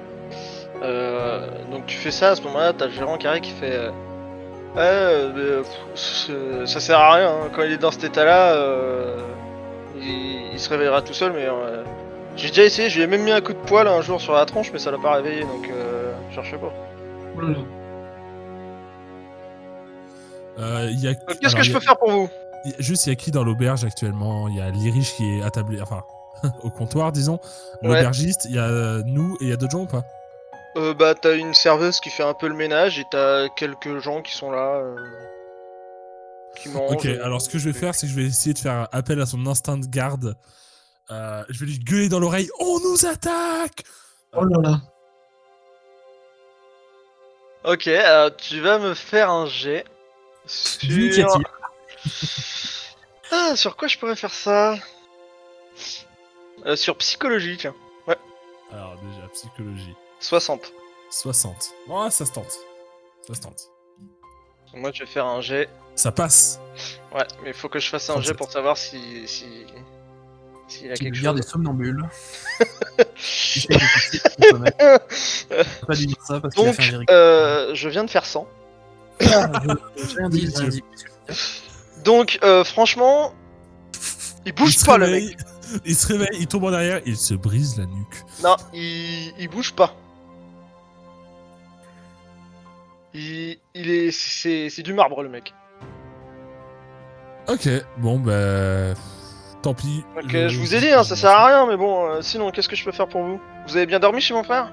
Speaker 1: Euh, donc tu fais ça, à ce moment-là, t'as le gérant carré qui fait... euh, Ah, euh, pff, ce- ça sert à rien, hein. quand il est dans cet état-là, euh, il, il se réveillera tout seul, mais... euh, j'ai déjà essayé, je lui ai même mis un coup de poil un jour sur la tronche, mais ça l'a pas réveillé, donc euh, cherche pas.
Speaker 2: Oh
Speaker 3: Euh, il y a-
Speaker 1: Euh, Qu'est-ce
Speaker 3: alors,
Speaker 1: que
Speaker 3: il
Speaker 1: je
Speaker 3: y
Speaker 1: peux
Speaker 3: a-
Speaker 1: faire pour vous
Speaker 3: il y a- Juste, il y a qui dans l'auberge actuellement Il y a les riches qui est attablé, enfin, [LAUGHS] au comptoir, disons.
Speaker 1: Ouais.
Speaker 3: L'aubergiste, il y a euh, nous et il y a d'autres gens ou pas
Speaker 1: Euh, bah t'as une serveuse qui fait un peu le ménage et t'as quelques gens qui sont là euh, qui mangent.
Speaker 3: Ok, alors ce que je vais faire, c'est que je vais essayer de faire appel à son instinct de garde. Euh, je vais lui gueuler dans l'oreille On nous attaque
Speaker 2: Oh là là.
Speaker 1: Ok, alors tu vas me faire un jet sur
Speaker 4: L'initiative.
Speaker 1: [LAUGHS] Ah, sur quoi je pourrais faire ça Euh, Sur psychologie, tiens.
Speaker 3: Alors, déjà, psychologie.
Speaker 1: 60.
Speaker 3: 60. Ouais, ça se tente. Ça se tente.
Speaker 1: Moi je vais faire un jet.
Speaker 3: Ça passe.
Speaker 1: Ouais, mais faut que je fasse un jet
Speaker 3: 37.
Speaker 1: pour savoir si si s'il a
Speaker 4: Qui
Speaker 1: quelque
Speaker 4: lui garde
Speaker 1: chose.
Speaker 4: des
Speaker 1: [LAUGHS]
Speaker 4: somnambules. Il fait des petits- des sommeils. Faut Pas lui dire ça parce qu'il a
Speaker 1: Euh, Donc
Speaker 4: fait un virgule.
Speaker 1: euh, je viens de faire 100.
Speaker 2: [COUGHS]
Speaker 1: euh,
Speaker 4: J'ai rien dit, j'ai rien dit.
Speaker 1: Donc euh, franchement, il bouge pas le mec.
Speaker 3: réveille, [LAUGHS] Il se réveille, il tombe en arrière, il se brise la nuque.
Speaker 1: Non, il, il bouge pas. Il, il est, c'est, c'est du marbre le mec.
Speaker 3: Ok, bon, bah. Tant pis.
Speaker 1: Donc euh, je vous ai dit, hein, ça sert à rien, mais bon, euh, sinon qu'est-ce que je peux faire pour vous Vous avez bien dormi chez mon frère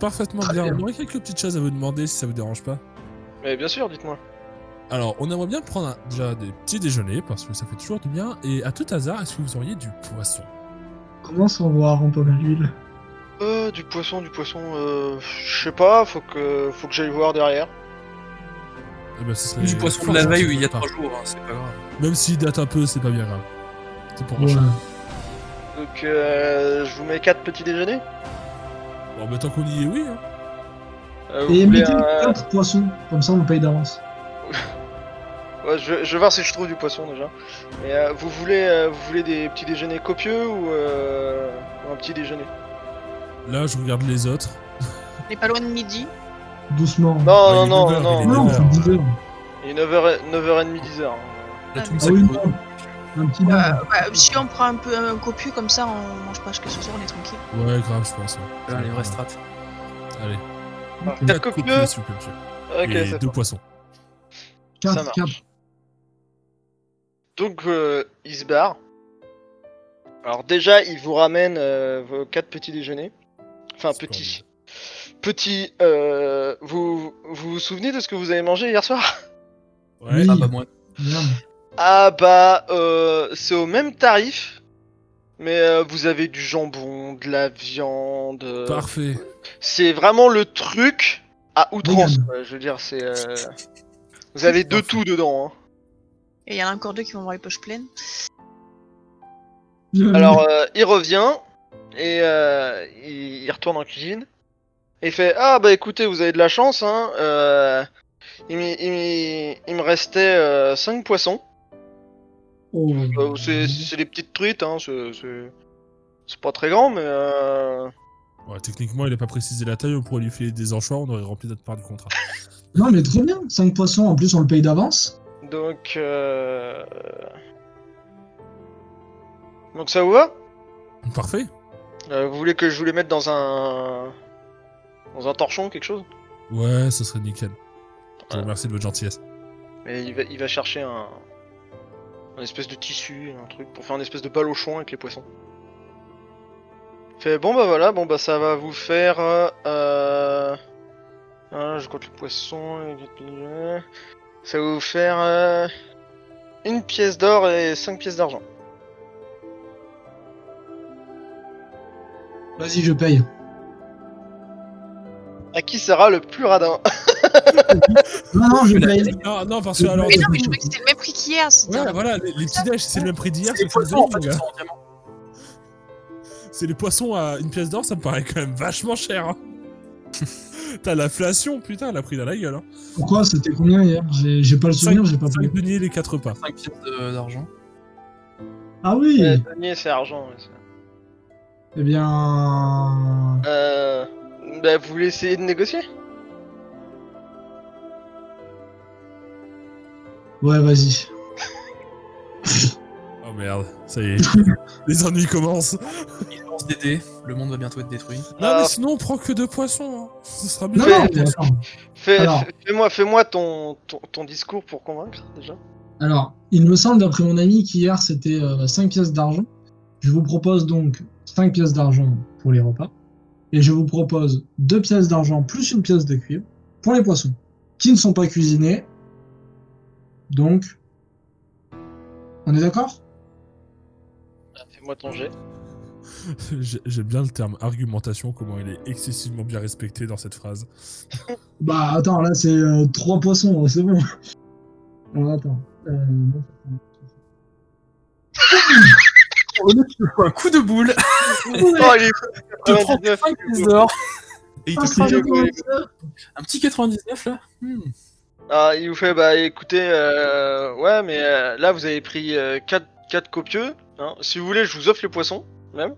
Speaker 3: Parfaitement
Speaker 2: Très
Speaker 3: bien.
Speaker 2: bien.
Speaker 3: On aurait quelques petites choses à vous demander si ça vous dérange pas.
Speaker 1: Mais bien sûr, dites-moi.
Speaker 3: Alors, on aimerait bien prendre un- déjà des petits déjeuners parce que ça fait toujours du bien. Et à tout hasard, est-ce que vous auriez du poisson
Speaker 2: Commence à voir en pomme à l'huile.
Speaker 1: Euh, du poisson, du poisson, euh, je sais pas, faut que, faut que j'aille voir derrière.
Speaker 3: Eh ben, ce serait
Speaker 4: Du poisson de
Speaker 3: fort
Speaker 4: la
Speaker 3: gentil
Speaker 4: veille où il y a
Speaker 3: votre part.
Speaker 4: trois jours, hein, c'est pas grave.
Speaker 3: Même s'il date un peu, c'est pas bien grave. C'est pour
Speaker 2: Ouais.
Speaker 3: machin.
Speaker 1: Donc euh, je vous mets quatre petits déjeuners.
Speaker 3: Bon, bah, tant qu'on y est, oui. hein.
Speaker 1: Euh, vous
Speaker 2: Et
Speaker 1: voulez
Speaker 2: mettez
Speaker 1: un-
Speaker 2: 4 poissons, comme ça on paye d'avance.
Speaker 1: Ouais, je, je vais voir si je trouve du poisson déjà. Et euh, vous voulez, euh, vous voulez des petits déjeuners copieux ou euh, un petit déjeuner
Speaker 3: Là, je regarde les autres.
Speaker 5: On est pas loin de midi.
Speaker 2: Doucement. Ah
Speaker 3: Ouais,
Speaker 1: Non,
Speaker 3: il est
Speaker 1: non, non,
Speaker 3: 9 heures,
Speaker 1: non,
Speaker 3: il est
Speaker 1: non.
Speaker 2: non, faut
Speaker 3: heures.
Speaker 2: dix heures.
Speaker 1: Il est 9h, 9h30, 10h.
Speaker 4: Là, tout me
Speaker 5: Ah,
Speaker 2: Ah
Speaker 4: sac-
Speaker 2: oui, non. Un petit
Speaker 5: Ouais,
Speaker 2: verre.
Speaker 5: ouais, si on prend un peu un copieux comme ça, on mange pas jusqu'à ce soir, on est tranquille.
Speaker 3: Ouais, grave, je pense. ouais.
Speaker 4: Là, les vraies strates.
Speaker 3: Allez,
Speaker 2: Ok.
Speaker 1: Quatre
Speaker 3: 4
Speaker 1: copieux.
Speaker 3: copieux, s'il vous plaît, monsieur.
Speaker 1: Ok,
Speaker 3: et
Speaker 1: ça
Speaker 3: deux poissons.
Speaker 1: ça
Speaker 2: Quatre,
Speaker 1: marche.
Speaker 2: quatre.
Speaker 1: Donc, euh, il se barre. Alors, déjà, il vous ramène euh, vos quatre petits déjeuners. Enfin,
Speaker 3: C'est
Speaker 1: petits. Petit, euh, vous, vous vous souvenez de ce que vous avez mangé hier soir [LAUGHS]
Speaker 3: Ouais.
Speaker 2: Oui.
Speaker 4: Ah bah moi.
Speaker 2: Merde.
Speaker 1: Ah bah, euh, c'est au même tarif, mais euh, vous avez du jambon, de la viande. euh,
Speaker 3: Parfait.
Speaker 1: C'est vraiment le truc à outrance.
Speaker 2: Vegan.
Speaker 3: [LAUGHS]
Speaker 1: quoi. Je veux dire, c'est. euh, Vous avez de
Speaker 3: Parfait.
Speaker 1: tout dedans. Hein.
Speaker 5: Et il y en a encore deux qui vont avoir les poches pleines.
Speaker 1: Alors, euh, il revient et euh, il, il retourne en cuisine. Et il fait Ah, bah écoutez, vous avez de la chance, hein. euh, il, me- il me- il me restait 5 poissons.
Speaker 2: Oh.
Speaker 1: Euh, c'est c'est des petites truites, hein. c'est- C'est c'est pas très grand, mais. euh,
Speaker 3: Ouais, techniquement, il n'a pas précisé la taille, on pourrait lui filer des anchois, on aurait rempli notre part du contrat.
Speaker 2: Non, mais trop bien. 5 poissons, en plus, on le paye d'avance.
Speaker 1: donc. euh, Donc ça vous va
Speaker 3: Parfait.
Speaker 1: Euh, Vous voulez que je vous les mette dans un. Dans un torchon, quelque chose
Speaker 3: Ouais, ça serait nickel. Je vous
Speaker 1: Ouais.
Speaker 3: remercie de votre gentillesse.
Speaker 1: Mais il va, il va chercher un, un espèce de tissu, un truc, pour faire un espèce de balochon avec les poissons. Fait bon bah voilà, bon bah ça va vous faire. Euh, euh, hein, je compte les poissons. les quatre mille, Ça va vous faire euh, une pièce d'or et cinq pièces d'argent.
Speaker 2: Vas-y, je paye.
Speaker 1: À qui sera le plus
Speaker 3: [COUGHS]
Speaker 1: radin
Speaker 2: Non, non, je paye.
Speaker 3: Bah, Non, non, parce que alors.
Speaker 5: Mais non, mais je croyais que c'était le même prix qu'hier. c'était
Speaker 3: Ouais,
Speaker 5: un-
Speaker 3: voilà, les, les petits déj, c'est le même prix d'hier.
Speaker 4: C'est les
Speaker 3: c'est faisable,
Speaker 4: poissons, en fait,
Speaker 3: les
Speaker 4: ils
Speaker 3: gars.
Speaker 4: sont en diamant.
Speaker 3: C'est les poissons à une pièce d'or, ça me paraît quand même vachement cher. hein. T'as l'inflation, putain, elle a pris dans la gueule. Hein.
Speaker 2: Pourquoi C'était combien hier J'ai j'ai pas le souvenir, j'ai pas
Speaker 3: 5
Speaker 2: payé.
Speaker 3: deniers les 4 pas.
Speaker 4: 5 pièces de- d'argent.
Speaker 2: Ah oui
Speaker 1: Euh, denier, c'est argent. ouais, c'est-
Speaker 2: Eh bien.
Speaker 1: Euh, bah vous voulez essayer de négocier [LAUGHS]
Speaker 2: Ouais, vas-y.
Speaker 3: Oh merde, ça y est. les ennuis commencent.
Speaker 4: Ils lancent des dés, le monde va bientôt être détruit.
Speaker 3: Non, mais
Speaker 1: Alors-
Speaker 3: sinon, on prend que deux poissons. hein. Ce sera bien.
Speaker 2: Non, non, mais attends.
Speaker 1: Fais-
Speaker 2: Alors.
Speaker 1: fais- Fais-moi fais-moi ton, ton, ton discours pour convaincre déjà.
Speaker 2: Alors, il me semble, d'après mon ami, qu'hier c'était 5 pièces d'argent. Je vous propose donc 5 pièces d'argent pour les repas. Et je vous propose 2 pièces d'argent plus une pièce de cuivre pour les poissons, qui ne sont pas cuisinés. Donc, on est d'accord
Speaker 1: Fais-moi ton jet.
Speaker 3: J'ai- J'aime bien le terme argumentation, comment il est excessivement bien respecté dans cette phrase.
Speaker 2: Bah attends, là c'est 3 poissons, hein, c'est bon. [LAUGHS] Alors attends. Euh, non,
Speaker 4: Un coup de [LAUGHS] boule
Speaker 1: Oh, il est
Speaker 4: de
Speaker 1: 99,
Speaker 4: 35
Speaker 1: il est
Speaker 4: pièces
Speaker 1: beau.
Speaker 4: d'or. Et il te
Speaker 2: Ah,
Speaker 4: fait
Speaker 2: c'est
Speaker 1: le-
Speaker 2: bon,
Speaker 4: un petit 99 là Hmm.
Speaker 1: Ah, il vous fait bah écoutez, euh, ouais, mais euh, là vous avez pris 4, copieux. hein. Si vous voulez, je vous offre les poissons, même.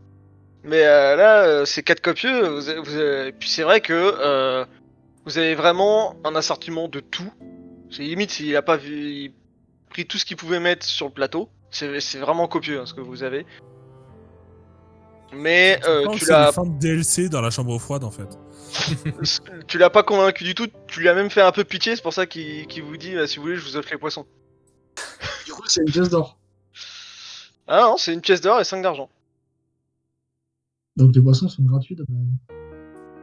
Speaker 1: Mais euh, là, euh, c'est 4 copieux. Vous, avez- vous avez- Puis c'est vrai que euh, vous avez vraiment un assortiment de tout. C'est limite s'il a pas vu, il a pris tout ce qu'il pouvait mettre sur le plateau. C'est c'est vraiment copieux hein, ce que vous avez. Mais euh,
Speaker 3: Quand
Speaker 1: tu
Speaker 3: c'est
Speaker 1: l'as
Speaker 3: une fin de DLC dans la chambre froide, en fait.
Speaker 1: tu l'as pas convaincu du tout, tu lui as même fait un peu pitié, c'est pour ça qu'il qu'il vous dit bah, si vous voulez, je vous offre les poissons.
Speaker 2: Du coup, c'est une pièce d'or.
Speaker 1: Ah non, c'est une pièce d'or et 5 d'argent.
Speaker 2: Donc les poissons sont gratuits. d'abord.
Speaker 4: Bon,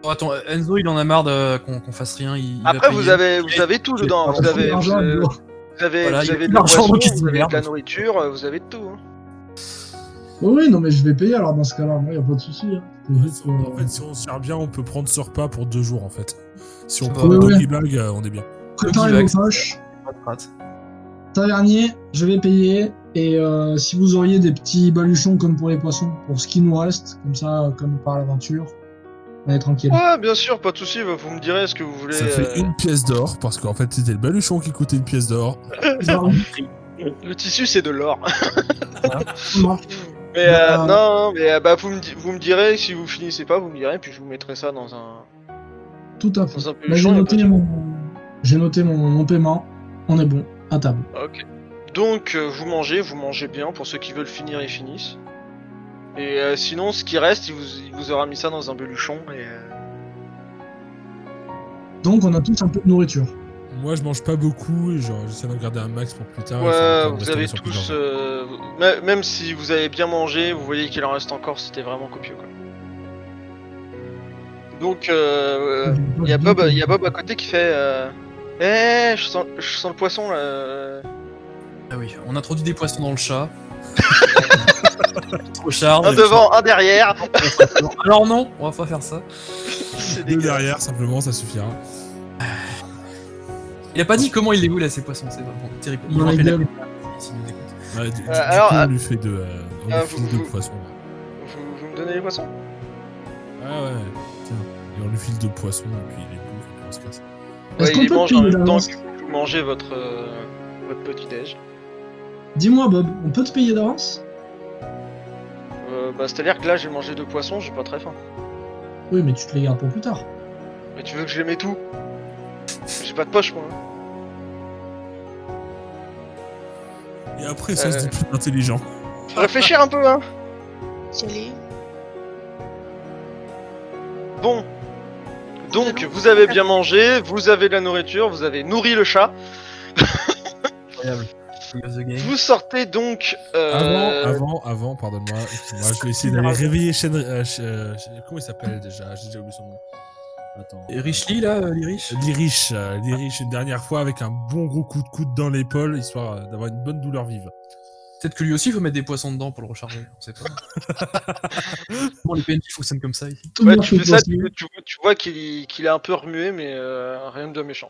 Speaker 4: Oh, attends, Enzo il en a marre de- qu'on qu'on fasse rien. il- il va
Speaker 1: Après, vous
Speaker 4: payer.
Speaker 1: avez, vous avez tout
Speaker 4: il est
Speaker 1: dedans,
Speaker 4: pas
Speaker 1: vous
Speaker 4: dans
Speaker 1: avez, euh, vous
Speaker 2: L'argent,
Speaker 1: avez,
Speaker 2: il est
Speaker 1: vous
Speaker 2: mort.
Speaker 1: avez,
Speaker 4: Voilà, il
Speaker 1: vous
Speaker 4: y a
Speaker 1: avez
Speaker 4: plus
Speaker 1: de la
Speaker 4: d'argent,
Speaker 1: boisson,
Speaker 4: donc il se
Speaker 1: vous avez de la
Speaker 4: démerde.
Speaker 1: nourriture, vous avez de tout. hein.
Speaker 2: Oui, oui, non, mais je vais payer alors dans ce cas-là, moi, y a pas de souci. hein. C'est juste, euh,
Speaker 3: En fait, si on se gère bien, on peut prendre ce repas pour deux jours, en fait. Si on
Speaker 4: Ouais,
Speaker 3: prend
Speaker 2: ouais.
Speaker 3: le doggy bag, euh, on est bien.
Speaker 2: Préparez
Speaker 4: qui va
Speaker 2: vos
Speaker 4: accepter.
Speaker 2: poches.
Speaker 4: Pas de rate.
Speaker 2: Tavernier, je vais payer. Et euh, si vous auriez des petits baluchons comme pour les poissons, pour ce qui nous reste, comme ça, comme par l'aventure, on est tranquille.
Speaker 1: Ouais, bien sûr, pas de soucis, bah, vous me direz ce que vous voulez.
Speaker 3: Ça fait
Speaker 1: euh,
Speaker 3: une pièce d'or, parce qu'en fait, c'était le baluchon qui coûtait une pièce d'or.
Speaker 2: Pardon,
Speaker 1: Le tissu, c'est de l'or.
Speaker 2: ça marche.
Speaker 1: [LAUGHS] Mais
Speaker 2: Bah,
Speaker 1: euh, non, mais euh, bah, vous, me di- vous me direz, si vous finissez pas, vous me direz, puis je vous mettrai ça dans un,
Speaker 2: Tout à fait.
Speaker 1: dans un
Speaker 2: Bah, J'ai
Speaker 1: peluchon, y a pas de
Speaker 2: noté, mon... j'ai noté mon, mon paiement. On est bon, à table.
Speaker 1: Ok. Donc euh, vous mangez, vous mangez bien. Pour ceux qui veulent finir, ils finissent. Et euh, sinon, ce qui reste, il vous, il vous aura mis ça dans un beluchon. Et, euh,
Speaker 2: Donc on a tous un peu de nourriture.
Speaker 3: Moi, je mange pas beaucoup, et genre, j'essaie d'en garder un max pour plus tard. et ça, on
Speaker 1: ouais,
Speaker 3: peut
Speaker 1: vous
Speaker 3: restaurer
Speaker 1: avez
Speaker 3: sur
Speaker 1: tous,
Speaker 3: plusieurs jours.
Speaker 1: euh, mê- même si vous avez bien mangé, vous voyez qu'il en reste encore. C'était vraiment copieux. Quoi. Donc euh, il y a Bob, il y a Bob à côté qui fait. Euh, eh, je sens, je sens le poisson là. euh.
Speaker 4: Ah oui, on introduit des poissons dans le [LAUGHS] chat. Trop charge.
Speaker 1: Un Ah, devant, un derrière.
Speaker 4: Alors non, on va pas faire ça.
Speaker 1: C'est
Speaker 3: Deux
Speaker 1: dégueulasse.
Speaker 3: derrière, simplement, ça suffira.
Speaker 4: Il a pas dit comment il les voulait ces poissons, c'est vraiment terrible. Il
Speaker 2: Dans la
Speaker 4: rappelle-
Speaker 2: gueule.
Speaker 4: s'il nous écoute.
Speaker 3: Ouais, du, du-
Speaker 1: Euh,
Speaker 3: du
Speaker 1: alors,
Speaker 3: coup, on
Speaker 1: euh,
Speaker 3: lui fait de, euh, on lui
Speaker 1: euh,
Speaker 3: file
Speaker 1: vous-
Speaker 3: deux
Speaker 1: vous-
Speaker 3: poissons.
Speaker 1: Vous, vous me donnez les poissons
Speaker 3: Ah ouais, tiens. Et on lui file deux poissons, et puis il est bouffe, et puis on se casse.
Speaker 2: Est-ce
Speaker 1: Ouais,
Speaker 2: qu'on
Speaker 1: il
Speaker 2: peut
Speaker 1: mange en
Speaker 2: payer
Speaker 1: même temps
Speaker 2: d'avance
Speaker 1: que vous mangez votre, euh, votre petit-déj.
Speaker 2: Dis-moi, Bob, on peut te payer d'avance
Speaker 1: Euh, bah, c'est-à-dire que là, j'ai mangé deux poissons, j'ai pas très faim.
Speaker 2: Oui, mais tu te les gardes pour plus tard.
Speaker 1: Mais tu veux que je les mets tout J'ai pas de poche, moi. hein.
Speaker 3: Et après, ça se
Speaker 1: Euh.
Speaker 3: dit plus intelligent.
Speaker 1: Faut réfléchir un peu, hein
Speaker 5: J'y allais.
Speaker 1: Bon. Donc, vous avez bien mangé, vous avez de la nourriture, vous avez nourri le chat.
Speaker 4: Incroyable. The game.
Speaker 1: Vous sortez donc... euh,
Speaker 3: Avant, avant, avant, pardonne-moi, excuse-moi, je vais essayer d'aller réveiller Shen... euh, Sh- euh, Sh- comment il s'appelle déjà J'ai déjà oublié son nom. Attends.
Speaker 4: Et Richly, là, euh, les riches
Speaker 3: L'Irish, euh, l'Irish une dernière fois avec un bon gros coup de coude dans l'épaule, histoire euh, d'avoir une bonne douleur vive.
Speaker 4: Peut-être que lui aussi, il faut mettre des poissons dedans pour le recharger. On sait pas. [LAUGHS] bon, les PNJ fonctionnent comme ça ici.
Speaker 2: Tout
Speaker 1: ouais,
Speaker 2: bien
Speaker 1: tu
Speaker 2: fait
Speaker 1: fais ça,
Speaker 2: pour
Speaker 1: tu,
Speaker 2: signer.
Speaker 1: tu vois- tu vois qu'il qu'il est un peu remué, mais euh, rien de méchant.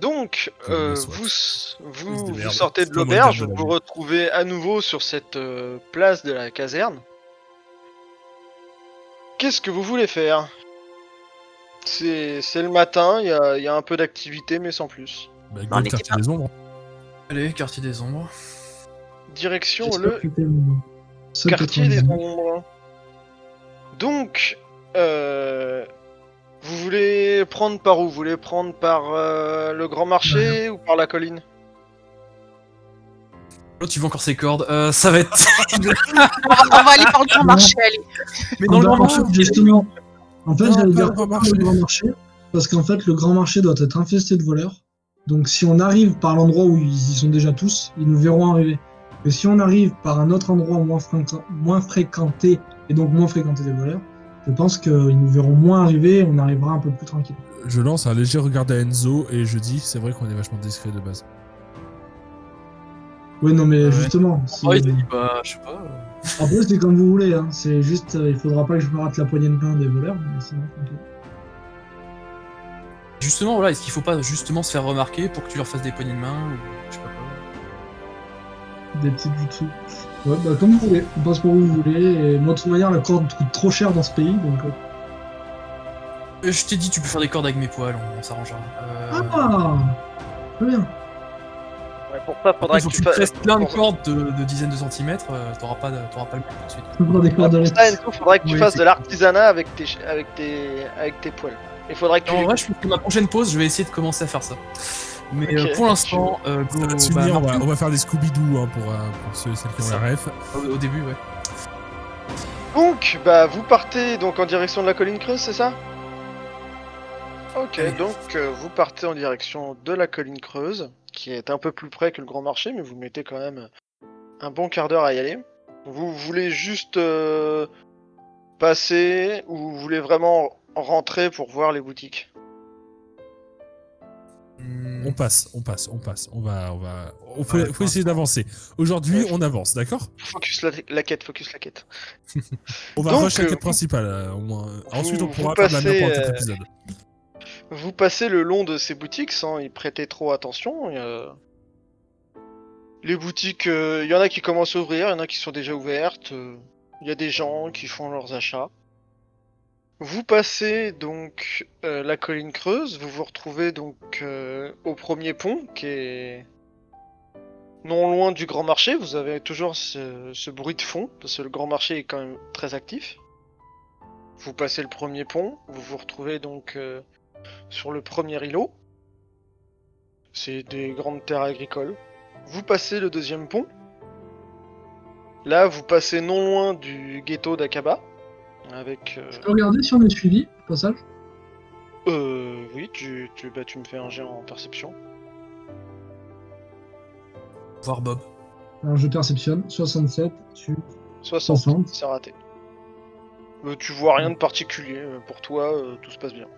Speaker 1: Donc,
Speaker 3: Comme
Speaker 1: euh,
Speaker 3: le SWAT.
Speaker 1: vous, s- vous,
Speaker 3: Ils se
Speaker 1: vous
Speaker 3: démerdent.
Speaker 1: sortez de
Speaker 3: Tout le monde
Speaker 1: l'auberge,
Speaker 3: garde
Speaker 1: vous
Speaker 3: la
Speaker 1: vous
Speaker 3: vue.
Speaker 1: retrouvez à nouveau sur cette euh, place de la caserne. Qu'est-ce que vous voulez faire C'est c'est le matin, il y a, il y a un peu d'activité, mais sans plus.
Speaker 3: Bah,
Speaker 5: Non,
Speaker 3: Gold
Speaker 5: mais
Speaker 3: quartier des ombres.
Speaker 4: Allez, quartier des ombres.
Speaker 1: Direction
Speaker 2: J'espère
Speaker 1: le
Speaker 2: que t'es mignon. Seul
Speaker 1: quartier des
Speaker 2: 90.
Speaker 1: ombres. Donc, euh, vous voulez prendre par où Vous voulez prendre par euh, le grand marché ou par la colline
Speaker 4: L'autre, il veut Oh, encore ses cordes. Euh, ça va [LAUGHS] être.
Speaker 5: On va- Ah, on va aller par le grand marché, allez.
Speaker 4: Mais
Speaker 2: Ah
Speaker 4: dans le
Speaker 2: bah,
Speaker 4: grand
Speaker 2: en fait,
Speaker 4: marché,
Speaker 2: justement. En fait,
Speaker 3: Non,
Speaker 2: j'allais dire
Speaker 3: pas le grand
Speaker 2: pourquoi le
Speaker 3: marché.
Speaker 2: grand marché, parce qu'en fait, le grand marché doit être infesté de voleurs. Donc, si on arrive par l'endroit où ils y sont déjà tous, ils nous verront arriver. Mais si on arrive par un autre endroit moins, fréquent- moins fréquenté, et donc moins fréquenté des voleurs, je pense qu'ils nous verront moins arriver et on arrivera un peu plus tranquille.
Speaker 3: Je lance un léger regard à Enzo et je dis c'est vrai qu'on est vachement discret de base.
Speaker 2: Oui, non, mais
Speaker 4: Ouais.
Speaker 2: justement, c'est-
Speaker 4: Oh, il s'est dit, bah, je sais pas. euh,
Speaker 2: après, c'est comme vous voulez. hein. C'est juste, euh, il faudra pas que je me rate la poignée de main des voleurs. mais sinon, tranquille.
Speaker 4: Justement, voilà, est-ce qu'il faut pas justement se faire remarquer pour que tu leur fasses des poignées de main ou je sais pas quoi
Speaker 2: Des petites du dessous. Ouais, bah, comme vous voulez. On passe par où vous voulez. Et moi, de toute manière, la corde coûte trop cher dans ce pays. Donc, euh,
Speaker 4: Euh, Je t'ai dit, tu peux faire des cordes avec mes poils, on, on s'arrangera. Euh,
Speaker 2: Ah Très bien.
Speaker 1: Pour ça, faudra
Speaker 4: il faut que tu te fasses plein de cordes de, de dizaines de centimètres, euh, t'auras pas, de- t'auras pas le même tout de suite.
Speaker 2: Je peux prendre des
Speaker 1: Ah,
Speaker 2: cordes de l'Est.
Speaker 1: faudra que tu
Speaker 2: Oui,
Speaker 1: fasses
Speaker 2: c'est-
Speaker 1: de l'artisanat avec tes, ch- avec tes, avec tes poils. Il faudra que tu.
Speaker 4: En vrai, je pense que ma prochaine pause, je vais essayer de commencer à faire ça. Mais
Speaker 1: Ok.
Speaker 4: euh, pour l'instant, euh, go,
Speaker 3: Ça va se
Speaker 4: bah,
Speaker 3: finir, on, va,
Speaker 4: Martin,
Speaker 3: on va faire des Scooby-Doo hein, pour, euh, pour ceux et celles qui ont la ref.
Speaker 4: au, au début, ouais.
Speaker 1: Donc, bah, vous partez donc en direction de la colline creuse, c'est ça Ok,
Speaker 4: Oui.
Speaker 1: donc euh, vous partez en direction de la colline creuse, qui est un peu plus près que le grand marché, mais vous mettez quand même un bon quart d'heure à y aller. Vous voulez juste euh, passer ou vous voulez vraiment rentrer pour voir les boutiques
Speaker 4: Hmm,
Speaker 3: On passe, on passe, on passe. On va, on va. on- faut,
Speaker 4: Ouais,
Speaker 3: faut
Speaker 4: faut-
Speaker 3: essayer d'avancer. Aujourd'hui,
Speaker 1: Ouais, je-
Speaker 3: on avance, d'accord
Speaker 1: Focus la, la quête, focus la quête.
Speaker 3: On va
Speaker 1: Donc,
Speaker 3: rush la
Speaker 1: euh,
Speaker 3: quête principale. euh, au moins. Ensuite, on
Speaker 1: vous
Speaker 3: pourra faire de la
Speaker 1: passez,
Speaker 3: merde pour
Speaker 1: euh,
Speaker 3: cet épisode.
Speaker 1: Vous passez le long de ces boutiques sans y prêter trop attention. et, euh, Les boutiques, euh, il y en a qui commencent à ouvrir, il y en a qui sont déjà ouvertes. euh, Il y a des gens qui font leurs achats. Vous passez donc euh, la colline creuse, vous vous retrouvez donc euh, au premier pont qui est non loin du grand marché. Vous avez toujours ce, ce bruit de fond parce que le grand marché est quand même très actif. Vous passez le premier pont, vous vous retrouvez donc euh, sur le premier îlot. C'est des grandes terres agricoles. Vous passez le deuxième pont. Là, vous passez non loin du ghetto d'Akaba. Avec. euh,
Speaker 2: Je peux regarder si on est suivi, au passage.
Speaker 1: euh, oui, tu, tu, bah, tu me fais un jet en perception.
Speaker 4: Voir Bob.
Speaker 2: Alors, je perceptionne. 67 sur
Speaker 1: 60,
Speaker 2: 60.
Speaker 1: c'est raté. Euh, tu vois rien de particulier, euh, pour toi, euh, tout se passe bien.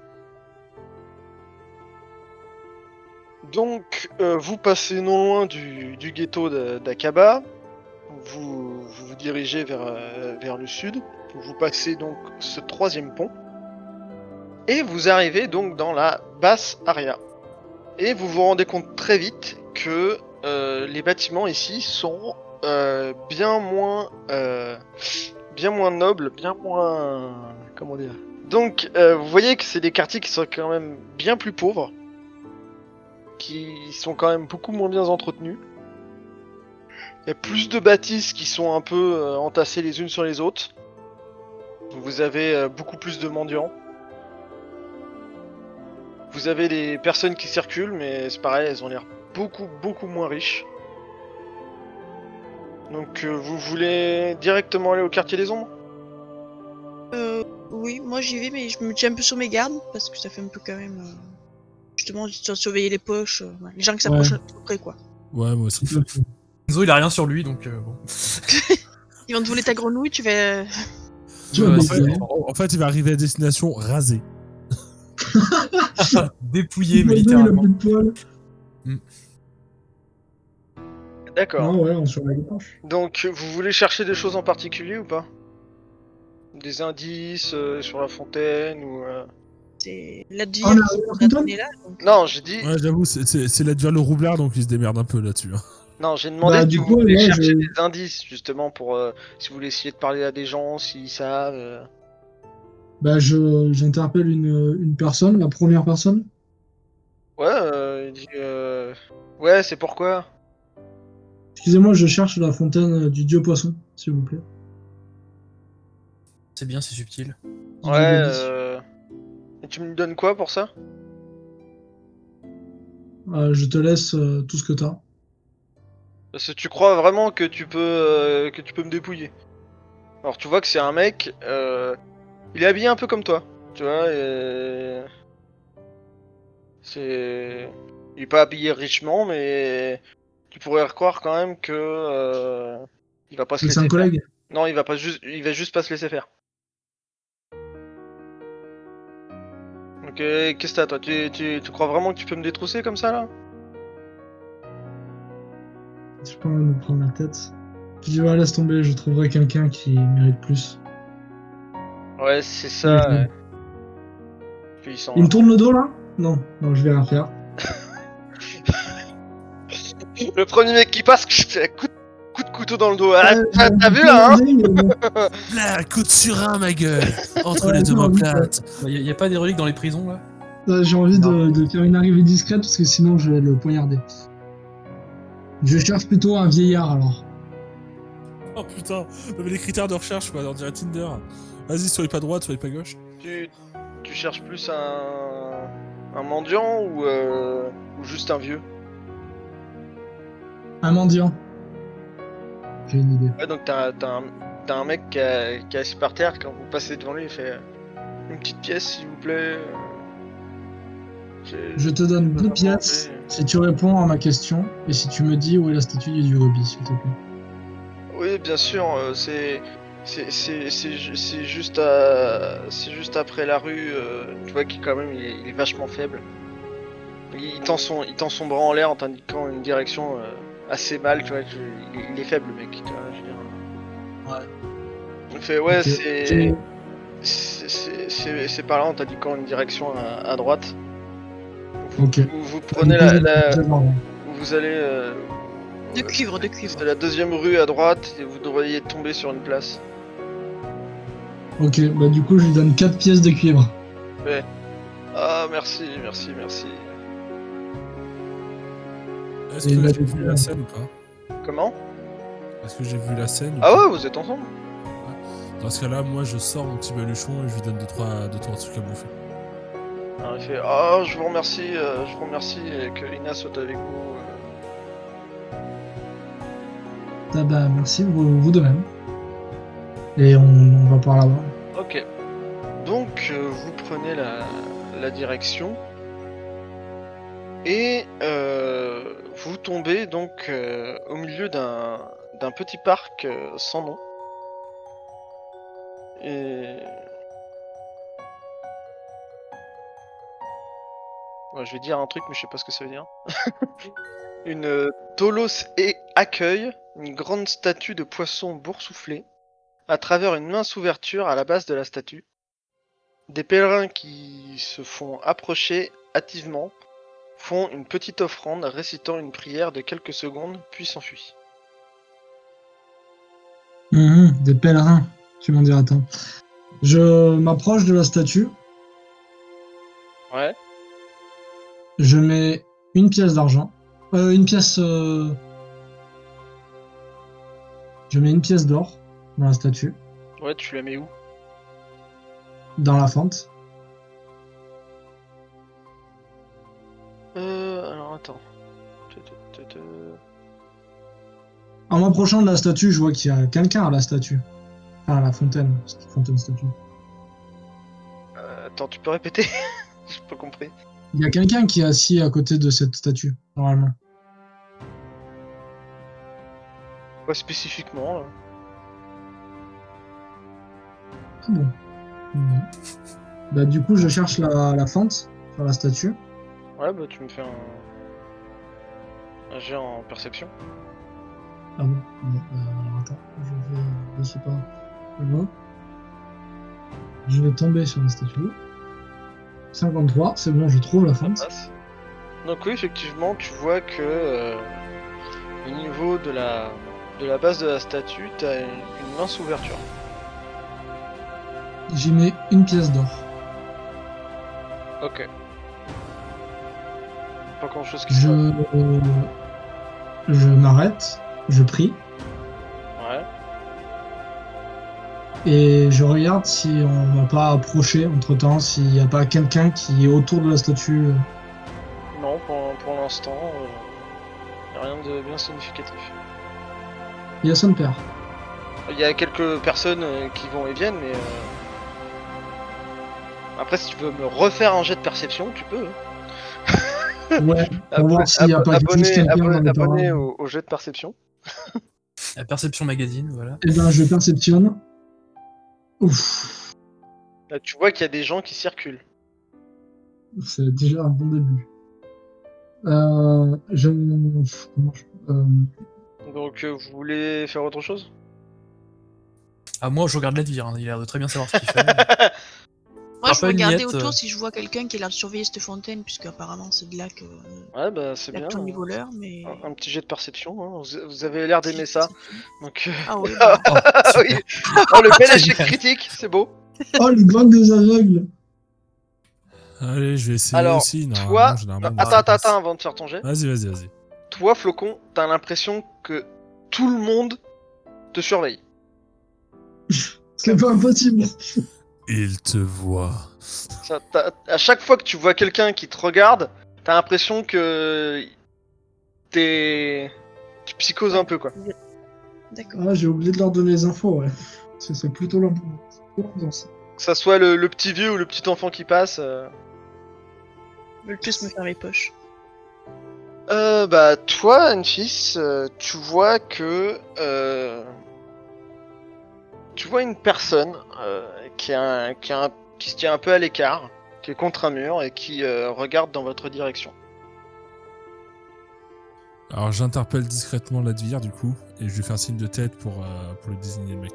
Speaker 1: Donc, euh, vous passez non loin du, du ghetto d'A- d'Akaba, vous, vous vous dirigez vers, euh, vers le sud, vous passez donc ce troisième pont, et vous arrivez donc dans la basse Aria. Et vous vous rendez compte très vite que euh, les bâtiments ici sont euh, bien moins, euh, bien moins nobles, bien moins, comment dire. Donc, euh, vous voyez que c'est des quartiers qui sont quand même bien plus pauvres, qui sont quand même beaucoup moins bien entretenus. Il y a plus de bâtisses qui sont un peu euh, entassées les unes sur les autres. Vous avez euh, beaucoup plus de mendiants. Vous avez des personnes qui circulent, mais c'est pareil, elles ont l'air beaucoup, beaucoup moins riches. Donc, euh, vous voulez directement aller au quartier des ombres
Speaker 5: Euh, oui, moi j'y vais, mais je me tiens un peu sur mes gardes parce que ça fait un peu quand même. euh, Justement, sur- surveiller les poches, euh, ouais, les gens qui s'approchent trop près, quoi.
Speaker 3: Ouais, moi aussi.
Speaker 4: Enzo, il a rien sur lui, donc euh, bon.
Speaker 5: Ils vont te voler ta grenouille, tu vas. euh,
Speaker 2: Tu
Speaker 4: Ouais,
Speaker 2: vas
Speaker 3: Ouais,
Speaker 4: c'est-
Speaker 3: c'est- en en fait, il va arriver à destination rasé.
Speaker 4: Dépouillé,
Speaker 2: Il a
Speaker 4: mais
Speaker 2: le
Speaker 4: littéralement.
Speaker 2: plus de poils.
Speaker 1: D'accord.
Speaker 2: Non, Ah ouais, on surveille les poches.
Speaker 1: Donc, vous voulez chercher des choses en particulier ou pas Des indices euh, sur la fontaine ou euh,
Speaker 5: C'est la dire,
Speaker 2: Oh, la-
Speaker 5: on a donné là. donc,
Speaker 1: Non, j'ai dit.
Speaker 3: Ouais, j'avoue, c'est- c'est c'est là de vers le roublard, donc il se démerde un peu là-dessus. hein.
Speaker 1: Non, j'ai demandé
Speaker 2: Bah,
Speaker 1: si
Speaker 2: du
Speaker 1: vous
Speaker 2: coup,
Speaker 1: voulez
Speaker 2: moi,
Speaker 1: chercher
Speaker 2: je-
Speaker 1: des indices justement pour euh, si vous voulez essayer de parler à des gens, s'ils savent. euh.
Speaker 2: Bah, je- j'interpelle une, une personne, la première personne.
Speaker 1: Ouais, euh, il dit, euh, ouais, c'est pourquoi.
Speaker 2: Excusez-moi, je cherche la fontaine du dieu poisson, s'il vous plaît.
Speaker 4: C'est bien, c'est subtil.
Speaker 1: Ouais. euh, Et tu me donnes quoi pour ça
Speaker 2: Euh, je te laisse euh, tout ce que t'as.
Speaker 1: Parce que tu crois vraiment que tu peux euh, que tu peux me dépouiller. Alors tu vois que c'est un mec. euh, Il est habillé un peu comme toi, tu vois. et- C'est. Il est pas habillé richement, mais tu pourrais croire quand même que. euh, Il va pas se
Speaker 2: Mais
Speaker 1: laisser.
Speaker 2: C'est un
Speaker 1: faire.
Speaker 2: collègue.
Speaker 1: Non, il va pas juste, il va juste pas se laisser faire. Ok, qu'est-ce que t'as toi tu, tu, tu crois vraiment que tu peux me détrousser comme ça là
Speaker 2: J'ai pas envie de me prendre la tête. Je dis, ouais, laisse tomber, je trouverai quelqu'un qui mérite plus.
Speaker 1: Ouais, c'est ça.
Speaker 2: Oui, je
Speaker 1: ouais. Puis il s'en
Speaker 2: Mm-hmm. Il
Speaker 1: va.
Speaker 2: me tourne le dos là Non, non, je vais rien faire.
Speaker 1: Le premier mec qui passe, [LAUGHS] coup, de- coup de couteau dans le dos. Ah,
Speaker 2: Euh,
Speaker 1: t'as- t'as vu
Speaker 2: j'ai [LAUGHS]
Speaker 1: là hein
Speaker 2: regardé, mais bon,
Speaker 3: Là, coup de surin, ma gueule Entre
Speaker 2: Ouais,
Speaker 3: les deux
Speaker 2: non, oui,
Speaker 3: omoplates
Speaker 4: Il y, a- y a pas des reliques dans les prisons, là
Speaker 2: euh, J'ai envie
Speaker 4: Non.
Speaker 2: de, de faire une arrivée discrète parce que sinon je vais le poignarder. Je cherche plutôt un vieillard alors.
Speaker 3: Oh putain Non, mais les critères de recherche, quoi, on dirait Tinder. Vas-y, soyez pas droite, soyez pas gauche.
Speaker 1: tu, tu cherches plus un, un mendiant ou, euh, ou juste un vieux
Speaker 2: Un mendiant. J'ai une idée.
Speaker 1: Ouais, donc t'as t'as un, t'as un mec qui a, qui est assis par terre, quand vous passez devant lui, il fait euh, une petite pièce s'il vous plaît. euh, j'ai-
Speaker 2: Je te donne
Speaker 1: Pas
Speaker 2: deux
Speaker 1: vraiment,
Speaker 2: pièces
Speaker 1: mais-
Speaker 2: si tu réponds à ma question et si tu me dis où est la statue du dieu Obi, s'il te plaît.
Speaker 1: Oui, bien sûr, euh, c'est. C'est c'est- c'est ju- c'est juste à c'est juste après la rue euh, tu vois qu'il quand même il est, il est vachement faible il, il tend son il tend son bras en l'air en t'indiquant une direction euh, assez mal tu vois tu- il, est- il est faible le mec tu vois, je veux dire.
Speaker 2: Ouais.
Speaker 1: il fait ouais
Speaker 2: Ok.
Speaker 1: c'est
Speaker 2: J'ai-
Speaker 1: C'est- C'est c'est- c'est par là, on t'a dit quand une direction à, à droite. Vous,
Speaker 2: Ok.
Speaker 1: vous, vous prenez la, la-
Speaker 2: J'ai-
Speaker 1: vous allez euh,
Speaker 5: De cuivre, de
Speaker 1: c'est
Speaker 5: cuivre.
Speaker 1: la deuxième rue à droite et vous devriez tomber sur une place.
Speaker 2: Ok, bah du coup je lui donne quatre pièces de cuivre.
Speaker 1: Ah merci, merci, merci.
Speaker 3: Est-ce
Speaker 2: Et il
Speaker 3: que
Speaker 2: m'a
Speaker 3: j'ai
Speaker 2: dit-
Speaker 3: vu la scène ou pas
Speaker 1: Comment
Speaker 3: Est-ce que j'ai vu la scène ou
Speaker 1: Ah
Speaker 3: pas
Speaker 1: ouais, vous êtes ensemble
Speaker 3: Dans ce cas-là, moi, je sors mon petit baluchon et je lui donne deux trois, deux, trois trucs à bouffer.
Speaker 1: Alors, Il fait ah je vous remercie, euh, je vous remercie euh, que Ina soit avec vous. euh.
Speaker 2: Ah bah merci, vous, vous de même. Et on, on va par là-bas.
Speaker 1: Ok. Donc euh, vous prenez la, la direction et euh, vous tombez donc euh, au milieu d'un d'un petit parc euh, sans nom. Et Ouais, je vais dire un truc mais je sais pas ce que ça veut dire. une euh, Tolos et accueille une grande statue de poisson boursouflé à travers une mince ouverture à la base de la statue. Des pèlerins qui se font approcher hâtivement font une petite offrande récitant une prière de quelques secondes, puis s'enfuient.
Speaker 2: Mhm, des pèlerins, tu m'en diras tant. Je m'approche de la statue,
Speaker 1: Ouais.
Speaker 2: je mets une pièce d'argent, euh, une pièce. euh, Je mets une pièce d'or dans la statue,
Speaker 1: Ouais, tu la mets où
Speaker 2: dans la fente.
Speaker 1: Euh, alors attends. Te- te- te- te-
Speaker 2: En m'approchant de la statue, je vois qu'il y a quelqu'un à la statue. Enfin, à la fontaine, parce qu'il y a fontaine statue.
Speaker 1: Euh, attends, tu peux répéter [LAUGHS] J'ai pas compris.
Speaker 2: Il y a quelqu'un qui est assis à côté de cette statue, normalement.
Speaker 1: Pas spécifiquement là.
Speaker 2: Ah bon Non. Bah, du coup, je cherche la, la fente sur la statue.
Speaker 1: Ouais, bah tu me fais un. Un jet en perception.
Speaker 2: Ah bon Bon, euh, alors attends, je vais. Je sais pas. Je vois. Je vais tomber sur la statue. 53, c'est bon, je trouve la fente.
Speaker 1: Passe. Donc oui, effectivement, tu vois que euh, au niveau de la de la base de la statue, t'as une, une mince ouverture.
Speaker 2: J'y mets une pièce d'or.
Speaker 1: Ok. Pas grand chose qui se
Speaker 2: Je.
Speaker 1: passe.
Speaker 2: je m'arrête, je prie.
Speaker 1: Ouais.
Speaker 2: Et je regarde si on m'a pas approché entre temps, s'il n'y a pas quelqu'un qui est autour de la statue.
Speaker 1: Non, pour, pour l'instant, euh, y a rien de bien significatif.
Speaker 2: Il y a son [LAUGHS] père.
Speaker 1: Il y a quelques personnes euh, qui vont et viennent, mais euh, après, si tu veux me refaire un jet de perception, tu peux. hein.
Speaker 2: Ouais, pour
Speaker 1: Abonné-
Speaker 2: voir s'il n'y a pas
Speaker 1: abonné-
Speaker 2: juste quelqu'un dans
Speaker 1: abonné-
Speaker 2: les parages.
Speaker 1: abonné au, au jet de perception.
Speaker 4: La Perception Magazine, voilà.
Speaker 2: Eh ben, je perceptionne. Ouf,
Speaker 1: Là, tu vois qu'il y a des gens qui circulent.
Speaker 2: c'est déjà un bon début. Euh, je... pff, comment je- euh,
Speaker 1: Donc, euh, vous voulez faire autre [LAUGHS] chose
Speaker 4: Ah, moi, je regarde l'Advir, hein, il a l'air de très bien savoir ce
Speaker 2: [LAUGHS]
Speaker 4: qu'il fait.
Speaker 5: Moi, je
Speaker 4: Rappelle,
Speaker 5: regardais
Speaker 4: Miette, euh,
Speaker 5: autour si je vois quelqu'un qui est là de surveiller cette fontaine, puisque apparemment c'est de là que euh,
Speaker 1: Ouais, bah c'est bien.
Speaker 5: la tourne les voleurs, mais.
Speaker 1: Un, un petit jet de perception. hein. Vous, vous avez l'air d'aimer ça. Donc, euh, [LAUGHS]
Speaker 5: Ah oui, bah,
Speaker 4: Oh,
Speaker 1: ah oui.
Speaker 4: super.
Speaker 1: Oh, le [LAUGHS] bel échec
Speaker 4: Génial.
Speaker 1: critique, c'est beau.
Speaker 2: Oh, le gang des aveugles
Speaker 3: Allez, je vais essayer
Speaker 1: Alors,
Speaker 3: aussi. Non,
Speaker 1: toi-
Speaker 3: non, généralement,
Speaker 1: attends,
Speaker 3: ça
Speaker 1: attends,
Speaker 3: passe.
Speaker 1: attends, avant de faire ton jet.
Speaker 3: Vas-y, vas-y, vas-y.
Speaker 1: Toi, Flocon, t'as l'impression que tout le monde te surveille.
Speaker 2: C'est pas impossible
Speaker 3: Il te voit.
Speaker 1: Ça, t'as- à chaque fois que tu vois quelqu'un qui te regarde, t'as l'impression que t'es, tu psychoses un peu quoi.
Speaker 5: D'accord.
Speaker 2: Ah, j'ai oublié de leur donner les infos, ouais. C'est c'est plutôt long. c'est plutôt long, ça.
Speaker 1: Que ça soit le, le petit vieux ou le petit enfant qui passe. euh.
Speaker 5: Ils veulent tous me faire les poches.
Speaker 1: Euh, bah toi, Anfis, euh, tu vois que euh, tu vois une personne euh, qui, a un- qui, a un- qui se tient un peu à l'écart, qui est contre un mur et qui euh, regarde dans votre direction.
Speaker 3: Alors j'interpelle discrètement l'advire du coup et je lui fais un signe de tête pour, euh, pour le désigner le mec.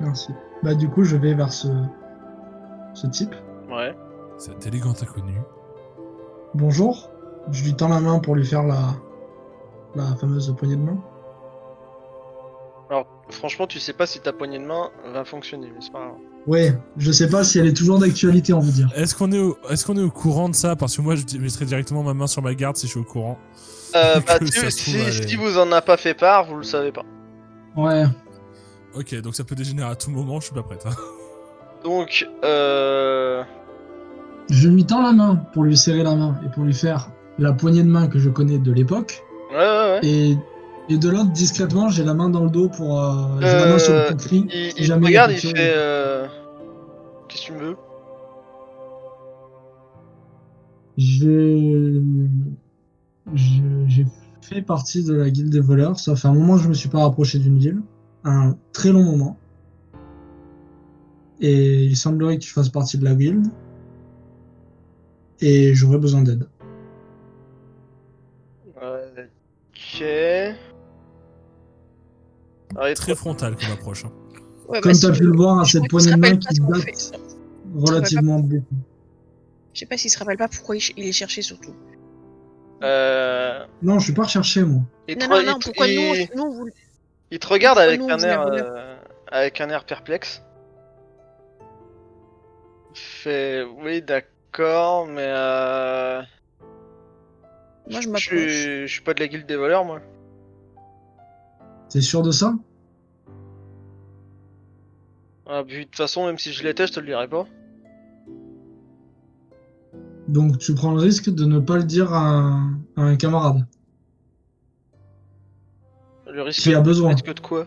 Speaker 2: Merci. Bah du coup, je vais vers ce, ce type.
Speaker 1: Ouais.
Speaker 3: Cet élégant inconnu.
Speaker 2: Bonjour. Je lui tends la main pour lui faire la, la fameuse poignée de main.
Speaker 1: Alors franchement, tu sais pas si ta poignée de main va fonctionner, mais c'est pas grave.
Speaker 2: Ouais, je sais pas si elle est toujours d'actualité, on va dire.
Speaker 3: Est-ce qu'on est, au- est-ce qu'on est au courant de ça Parce que moi je di- mettrais directement ma main sur ma garde si je suis au courant.
Speaker 1: Euh, bah,
Speaker 3: [LAUGHS]
Speaker 1: si,
Speaker 3: Ça se trouve, euh, elle
Speaker 1: si,
Speaker 3: est-
Speaker 1: si vous en a pas fait part, vous le savez pas.
Speaker 2: Ouais.
Speaker 3: Ok, donc ça peut dégénérer à tout moment, je suis pas prête. hein.
Speaker 1: Donc, euh...
Speaker 2: Je lui tends la main pour lui serrer la main et pour lui faire la poignée de main que je connais de l'époque.
Speaker 1: ouais, ouais, ouais.
Speaker 2: Et, et de l'autre, discrètement, j'ai la main dans le dos pour... Euh, j'ai la main sur
Speaker 1: Euh,
Speaker 2: le cri.
Speaker 1: Il,
Speaker 2: si
Speaker 1: il
Speaker 2: jamais y a
Speaker 1: regarde, il
Speaker 2: quelque chose.
Speaker 1: fait. Euh... Qu'est-ce que tu me veux
Speaker 2: J'ai je- j'ai fait partie de la guilde des voleurs. Ça fait un moment que je me suis pas rapproché d'une ville, un très long moment. Et il semblerait que tu fasses partie de la guilde. Et j'aurais besoin d'aide.
Speaker 1: Ok. Alors, il est
Speaker 3: Très frontal qu'on approche. hein.
Speaker 5: Ouais,
Speaker 2: Comme
Speaker 5: bah,
Speaker 2: tu as
Speaker 5: si-
Speaker 2: pu le voir à
Speaker 5: je
Speaker 2: cette
Speaker 5: crois qu'ils
Speaker 2: poignée de
Speaker 5: se
Speaker 2: main
Speaker 5: rappellent pas
Speaker 2: qui
Speaker 5: ce qu'on
Speaker 2: date
Speaker 5: fait.
Speaker 2: relativement beaucoup.
Speaker 5: Je sais pas s'il se rappelle pas pourquoi il ch- il est cherché surtout.
Speaker 1: Euh,
Speaker 2: Non, je suis pas recherché, moi.
Speaker 1: il, te,
Speaker 5: Non, non,
Speaker 1: il
Speaker 5: non,
Speaker 1: te-
Speaker 5: pourquoi nous,
Speaker 1: il-
Speaker 5: on- nous, on vous-
Speaker 1: il te regarde
Speaker 5: pourquoi
Speaker 1: avec
Speaker 5: nous, on
Speaker 1: un
Speaker 5: vous la
Speaker 1: air,
Speaker 5: voulait
Speaker 1: euh, avec un air perplexe. Il Fait, oui, d'accord, mais euh,
Speaker 5: Moi, je
Speaker 1: je,
Speaker 5: m'approche.
Speaker 1: suis- je suis pas de la guilde des voleurs, moi.
Speaker 2: T'es sûr de ça
Speaker 1: Ah, puis, de toute façon, même si je l'étais, je te le dirais pas.
Speaker 2: Donc tu prends le risque de ne pas le dire à un, à un camarade
Speaker 1: Le risque,
Speaker 2: qui a besoin.
Speaker 1: risque de quoi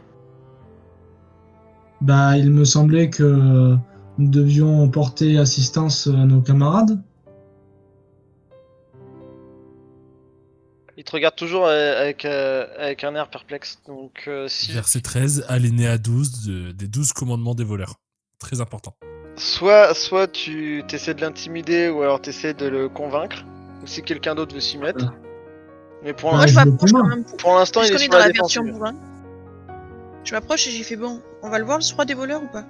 Speaker 2: Bah, il me semblait que nous devions porter assistance à nos camarades.
Speaker 1: Il te regarde toujours euh, avec, euh, avec un air perplexe. Donc, euh, si,
Speaker 3: Verset 13, alinéa 12 de- des 12 commandements des voleurs. Très important.
Speaker 1: Soit, soit tu essaies de l'intimider ou alors tu essaies de le convaincre, ou si quelqu'un d'autre veut s'y mettre. Mais pour
Speaker 2: Ouais,
Speaker 5: Moi,
Speaker 1: l'in-
Speaker 5: je
Speaker 2: je le
Speaker 5: m'approche quand
Speaker 2: convainc.
Speaker 5: même pour.
Speaker 1: pour l'instant, il est
Speaker 5: Puisqu'on est
Speaker 1: sur
Speaker 5: dans
Speaker 1: la
Speaker 5: la version
Speaker 1: défensive.
Speaker 5: bourrin. Je m'approche et j'ai fait bon, on va le voir le roi des voleurs ou pas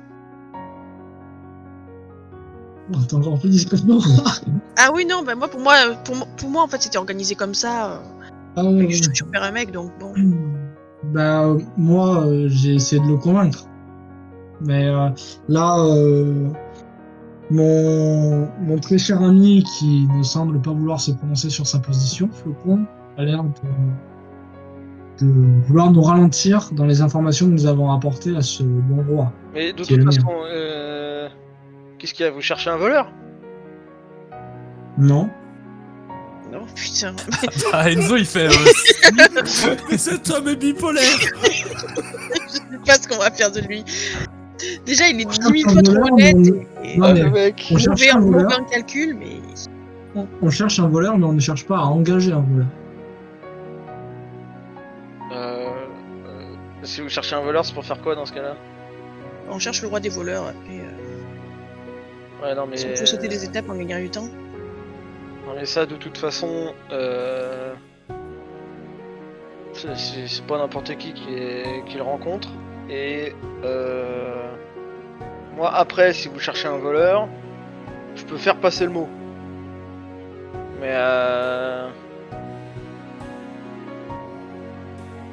Speaker 2: Oh, T'es encore plus discrètement. [LAUGHS]
Speaker 5: Ah oui, non, bah moi, pour moi, pour, mo- pour moi, en fait, c'était organisé comme ça. euh,
Speaker 2: Ah, ouais,
Speaker 5: Je je repère un mec, donc bon.
Speaker 2: ouais. bah, euh, moi, euh, j'ai essayé de le convaincre. Mais euh, là, euh, mon, mon très cher ami qui ne semble pas vouloir se prononcer sur sa position, Flocon, a l'air de, de vouloir nous ralentir dans les informations que nous avons apportées à ce bon roi.
Speaker 1: Mais de
Speaker 2: Qui
Speaker 1: toute
Speaker 2: est le mien.
Speaker 1: façon, euh, qu'est-ce qu'il y a Vous cherchez un voleur
Speaker 2: Non
Speaker 5: Non, Oh, putain.
Speaker 4: Ah, Enzo, il fait.
Speaker 3: Mais cet homme est bipolaire
Speaker 5: je sais pas ce qu'on va faire de lui. Déjà, il est
Speaker 2: Ouais,
Speaker 5: 10 000
Speaker 2: un
Speaker 5: fois trop
Speaker 2: voleur,
Speaker 5: honnête.
Speaker 2: on-
Speaker 5: Et... euh,
Speaker 2: Non,
Speaker 1: Ah,
Speaker 2: mais-
Speaker 1: le mec
Speaker 2: On
Speaker 5: On
Speaker 2: cherche
Speaker 5: fait
Speaker 2: un
Speaker 5: un
Speaker 2: voleur.
Speaker 5: mauvais calcul, mais
Speaker 2: On- On cherche un voleur, mais on ne cherche pas à engager un voleur.
Speaker 1: Euh, euh, Si vous cherchez un voleur, c'est pour faire quoi dans ce cas-là
Speaker 5: on cherche le roi des voleurs. Et, euh,
Speaker 1: Ouais, non, mais.
Speaker 5: si on peut sauter des étapes en gagnant du temps.
Speaker 1: Non, mais ça, de toute façon, euh... c'est- c'est c'est pas n'importe qui qui, est- qui le rencontre. Et euh... moi, après, si vous cherchez un voleur, je peux faire passer le mot. Mais euh...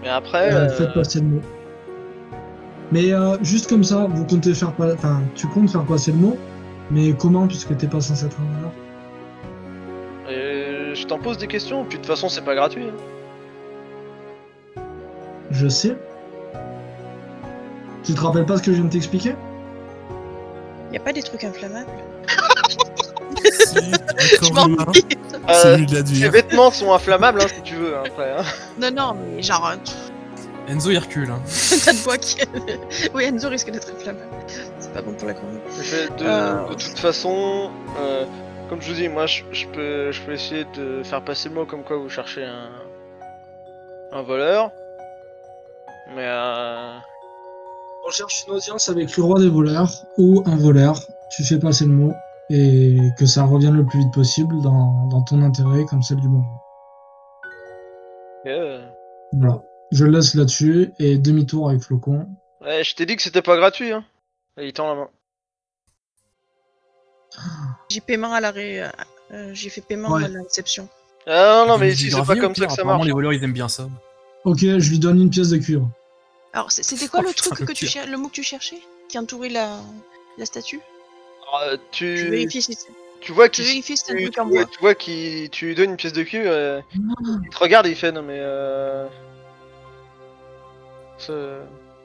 Speaker 1: mais après,
Speaker 2: Euh,
Speaker 1: euh,
Speaker 2: Faites passer le mot. Mais euh, juste comme ça, vous comptez faire pas... Enfin, tu comptes faire passer le mot, mais comment, puisque t'es pas censé être un voleur
Speaker 1: euh, je t'en pose des questions. Puis de toute façon, c'est pas gratuit. hein.
Speaker 2: Je sais. Tu te rappelles pas ce que je viens de t'expliquer
Speaker 5: Y a pas des trucs inflammables
Speaker 3: [LAUGHS] Si,
Speaker 5: [LAUGHS] Je
Speaker 3: encore
Speaker 5: m'en
Speaker 2: hein.
Speaker 3: humain,
Speaker 5: dis.
Speaker 1: Euh,
Speaker 3: celui de la
Speaker 1: les
Speaker 3: dure.
Speaker 1: vêtements sont inflammables hein, si tu veux. hein, après, hein.
Speaker 5: Non, non, mais genre un truc
Speaker 4: Enzo, il recule. hein.
Speaker 5: [LAUGHS] tas de bois qui. oui, Enzo risque d'être inflammable. C'est pas bon pour la chronique.
Speaker 1: Je- de,
Speaker 5: Euh.
Speaker 1: de toute façon, euh, comme je vous dis, moi je, je peux, je peux essayer de faire passer le mot comme quoi vous cherchez un, un voleur. Mais euh,
Speaker 2: On cherche une audience avec le roi des voleurs ou un voleur. Tu fais passer le mot et que ça revienne le plus vite possible dans, dans ton intérêt comme celle du monde.
Speaker 1: euh,
Speaker 2: Voilà. Je le laisse là-dessus et demi-tour avec Flocon.
Speaker 1: ouais, je t'ai dit que c'était pas gratuit. Hein. Et il tend la main.
Speaker 5: J'ai paiement à l'arrêt. euh, euh, J'ai fait paiement
Speaker 2: Ouais.
Speaker 5: à la réception.
Speaker 1: Ah non, non,
Speaker 4: Il
Speaker 1: mais
Speaker 4: dit
Speaker 1: ici
Speaker 4: dans
Speaker 1: c'est
Speaker 4: la
Speaker 1: pas
Speaker 4: vie, au
Speaker 1: comme ça
Speaker 4: pire,
Speaker 1: que ça
Speaker 4: apparemment,
Speaker 1: marche.
Speaker 4: Les voleurs, ils aiment bien ça.
Speaker 2: Ok, je lui donne une pièce de cuivre.
Speaker 5: Alors, c'est- c'était quoi
Speaker 4: Oh,
Speaker 5: le
Speaker 4: putain,
Speaker 5: truc
Speaker 4: le
Speaker 5: que tu
Speaker 4: pire.
Speaker 5: cherches, le mot que tu cherchais Qui entourait la, la statue
Speaker 1: Alors, euh,
Speaker 5: Je
Speaker 1: tu,
Speaker 5: vérifie si
Speaker 1: tu vois
Speaker 5: je
Speaker 1: qu'il
Speaker 5: vérifie si c'est un
Speaker 1: tu,
Speaker 5: truc en
Speaker 1: tu-
Speaker 5: bois.
Speaker 1: tu vois qu'il tu lui donnes une pièce de cul, euh, il te regarde et il fait non mais euh, ça,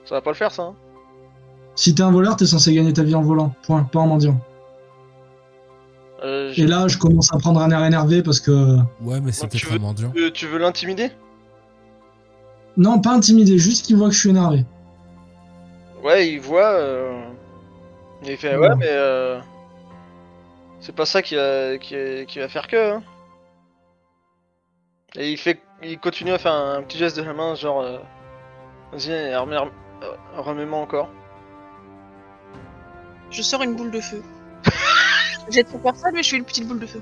Speaker 1: ça va pas le faire ça. hein.
Speaker 2: Si t'es un voleur, t'es censé gagner ta vie en volant. Point, pas en mendiant.
Speaker 1: Euh, je-
Speaker 2: Et là, je commence à prendre un air énervé parce que.
Speaker 3: Ouais, mais c'est
Speaker 1: Donc, tu
Speaker 3: peut-être un mendiant.
Speaker 1: tu- tu veux l'intimider
Speaker 2: Non, pas intimidé, juste qu'il voit que je suis énervé.
Speaker 1: Ouais, il voit. euh, Il fait ouais,
Speaker 2: Ouais.
Speaker 1: mais euh, c'est pas ça qui va, qui, va- qui va faire que. hein. Et il fait, il continue à faire un, petit geste de la main, genre euh, vas-y, remets- rem- euh, remets-moi encore.
Speaker 5: Je sors une boule de feu. [LAUGHS] J'ai trop personne, mais je fais une petite boule de feu.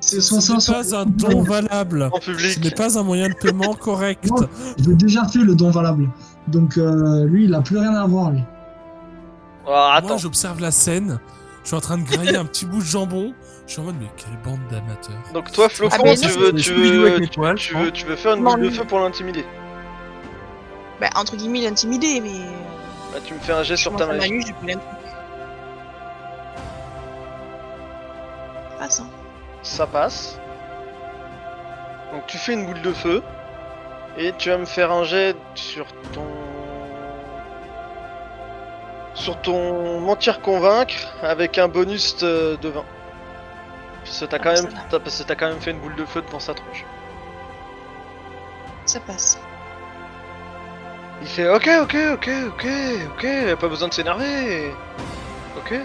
Speaker 2: C'est
Speaker 3: Ce
Speaker 2: son
Speaker 3: n'est
Speaker 2: sens.
Speaker 3: pas un don valable.
Speaker 1: En
Speaker 3: Ce n'est
Speaker 1: public.
Speaker 3: pas un moyen de paiement correct.
Speaker 2: Non. J'ai déjà fait le don valable. Donc euh, lui, il a plus rien à voir, lui.
Speaker 1: Ah,
Speaker 3: Moi,
Speaker 1: attends,
Speaker 3: j'observe la scène. Je suis en train de grailler un petit bout de jambon. Je suis en mode, mais quelle bande d'amateurs.
Speaker 1: Donc toi,
Speaker 5: Ah,
Speaker 1: Flocon,
Speaker 5: mais
Speaker 1: tu
Speaker 5: non,
Speaker 1: veux,
Speaker 4: c'est-
Speaker 1: tu
Speaker 4: c'est Scooby-Doo avec
Speaker 1: veux,
Speaker 4: les toiles,
Speaker 1: tu
Speaker 4: je
Speaker 1: veux, tu veux faire une
Speaker 5: Non,
Speaker 1: boule de
Speaker 5: mais-
Speaker 1: feu pour l'intimider.
Speaker 5: Bah, entre guillemets, l'intimider, mais. euh,
Speaker 1: Bah, tu me fais un geste sur
Speaker 5: Moi,
Speaker 1: ta
Speaker 5: ça
Speaker 1: magie.
Speaker 5: m'amuse, j'ai plus l'impression. Ah, ça.
Speaker 1: Ça passe. Donc tu fais une boule de feu. Et tu vas me faire un jet sur ton... Sur ton mentir-convaincre avec un bonus de, de 20. Parce que t'as
Speaker 5: Ah,
Speaker 1: quand,
Speaker 5: ça
Speaker 1: même-
Speaker 5: va.
Speaker 1: t'as- parce que t'as quand même fait une boule de feu devant sa tronche.
Speaker 5: Ça passe.
Speaker 1: Il fait ok ok ok ok ok pas besoin de s'énerver ok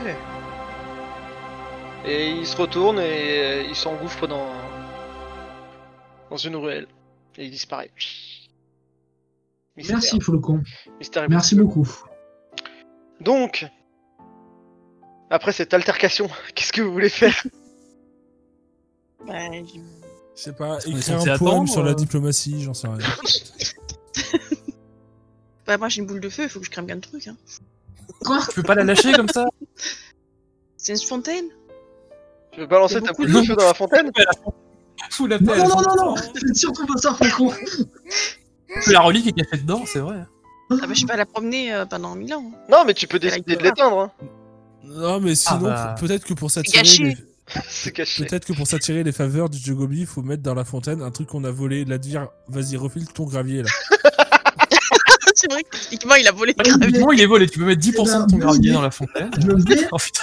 Speaker 1: et il se retourne et euh, il s'engouffre dans dans une ruelle et il disparaît. Mystère,
Speaker 2: Merci, Flocon.
Speaker 1: mystère et
Speaker 2: Merci
Speaker 1: mystère.
Speaker 2: beaucoup.
Speaker 1: Donc après cette altercation, [LAUGHS] qu'est-ce que vous voulez faire
Speaker 5: Bah, j'ai-
Speaker 3: Je sais pas,
Speaker 4: qu'on est
Speaker 3: écrire
Speaker 4: censé
Speaker 3: un poème
Speaker 4: attendre,
Speaker 3: sur la
Speaker 4: euh
Speaker 3: diplomatie, j'en sais rien.
Speaker 5: bah, moi j'ai une boule de feu, il faut que je crame bien le truc. Hein.
Speaker 4: Tu peux pas la lâcher comme ça
Speaker 5: C'est une fontaine
Speaker 1: Tu veux balancer
Speaker 5: C'est
Speaker 1: ta
Speaker 5: beaucoup
Speaker 1: boule de feu dans la fontaine
Speaker 4: Fous la
Speaker 2: Non,
Speaker 4: pelle.
Speaker 2: non, non, non, non C'est surtout pas ça, Flocon
Speaker 4: La relique est cachée dedans, c'est vrai.
Speaker 5: Ah, bah, je vais pas la promener euh, pendant mille ans. hein. [LAUGHS]
Speaker 1: Non mais tu peux
Speaker 5: C'est la
Speaker 1: décider de
Speaker 5: guerre.
Speaker 1: l'éteindre, hein.
Speaker 3: [LAUGHS] Non, mais
Speaker 1: Ah
Speaker 3: sinon,
Speaker 4: bah.
Speaker 3: peut-être que pour
Speaker 5: gâché.
Speaker 3: s'attirer. les-
Speaker 1: c'est caché.
Speaker 3: Peut-être que pour s'attirer les faveurs du Jogobi, il faut mettre dans la fontaine un truc qu'on a volé, la dire vas-y, refile ton gravier là.
Speaker 5: c'est vrai que techniquement il a volé
Speaker 2: Ah
Speaker 5: le gravier.
Speaker 4: Évidemment, il est volé. Tu peux mettre 10% de ton gravier dans la fontaine.
Speaker 2: Je vais,
Speaker 4: Oh putain,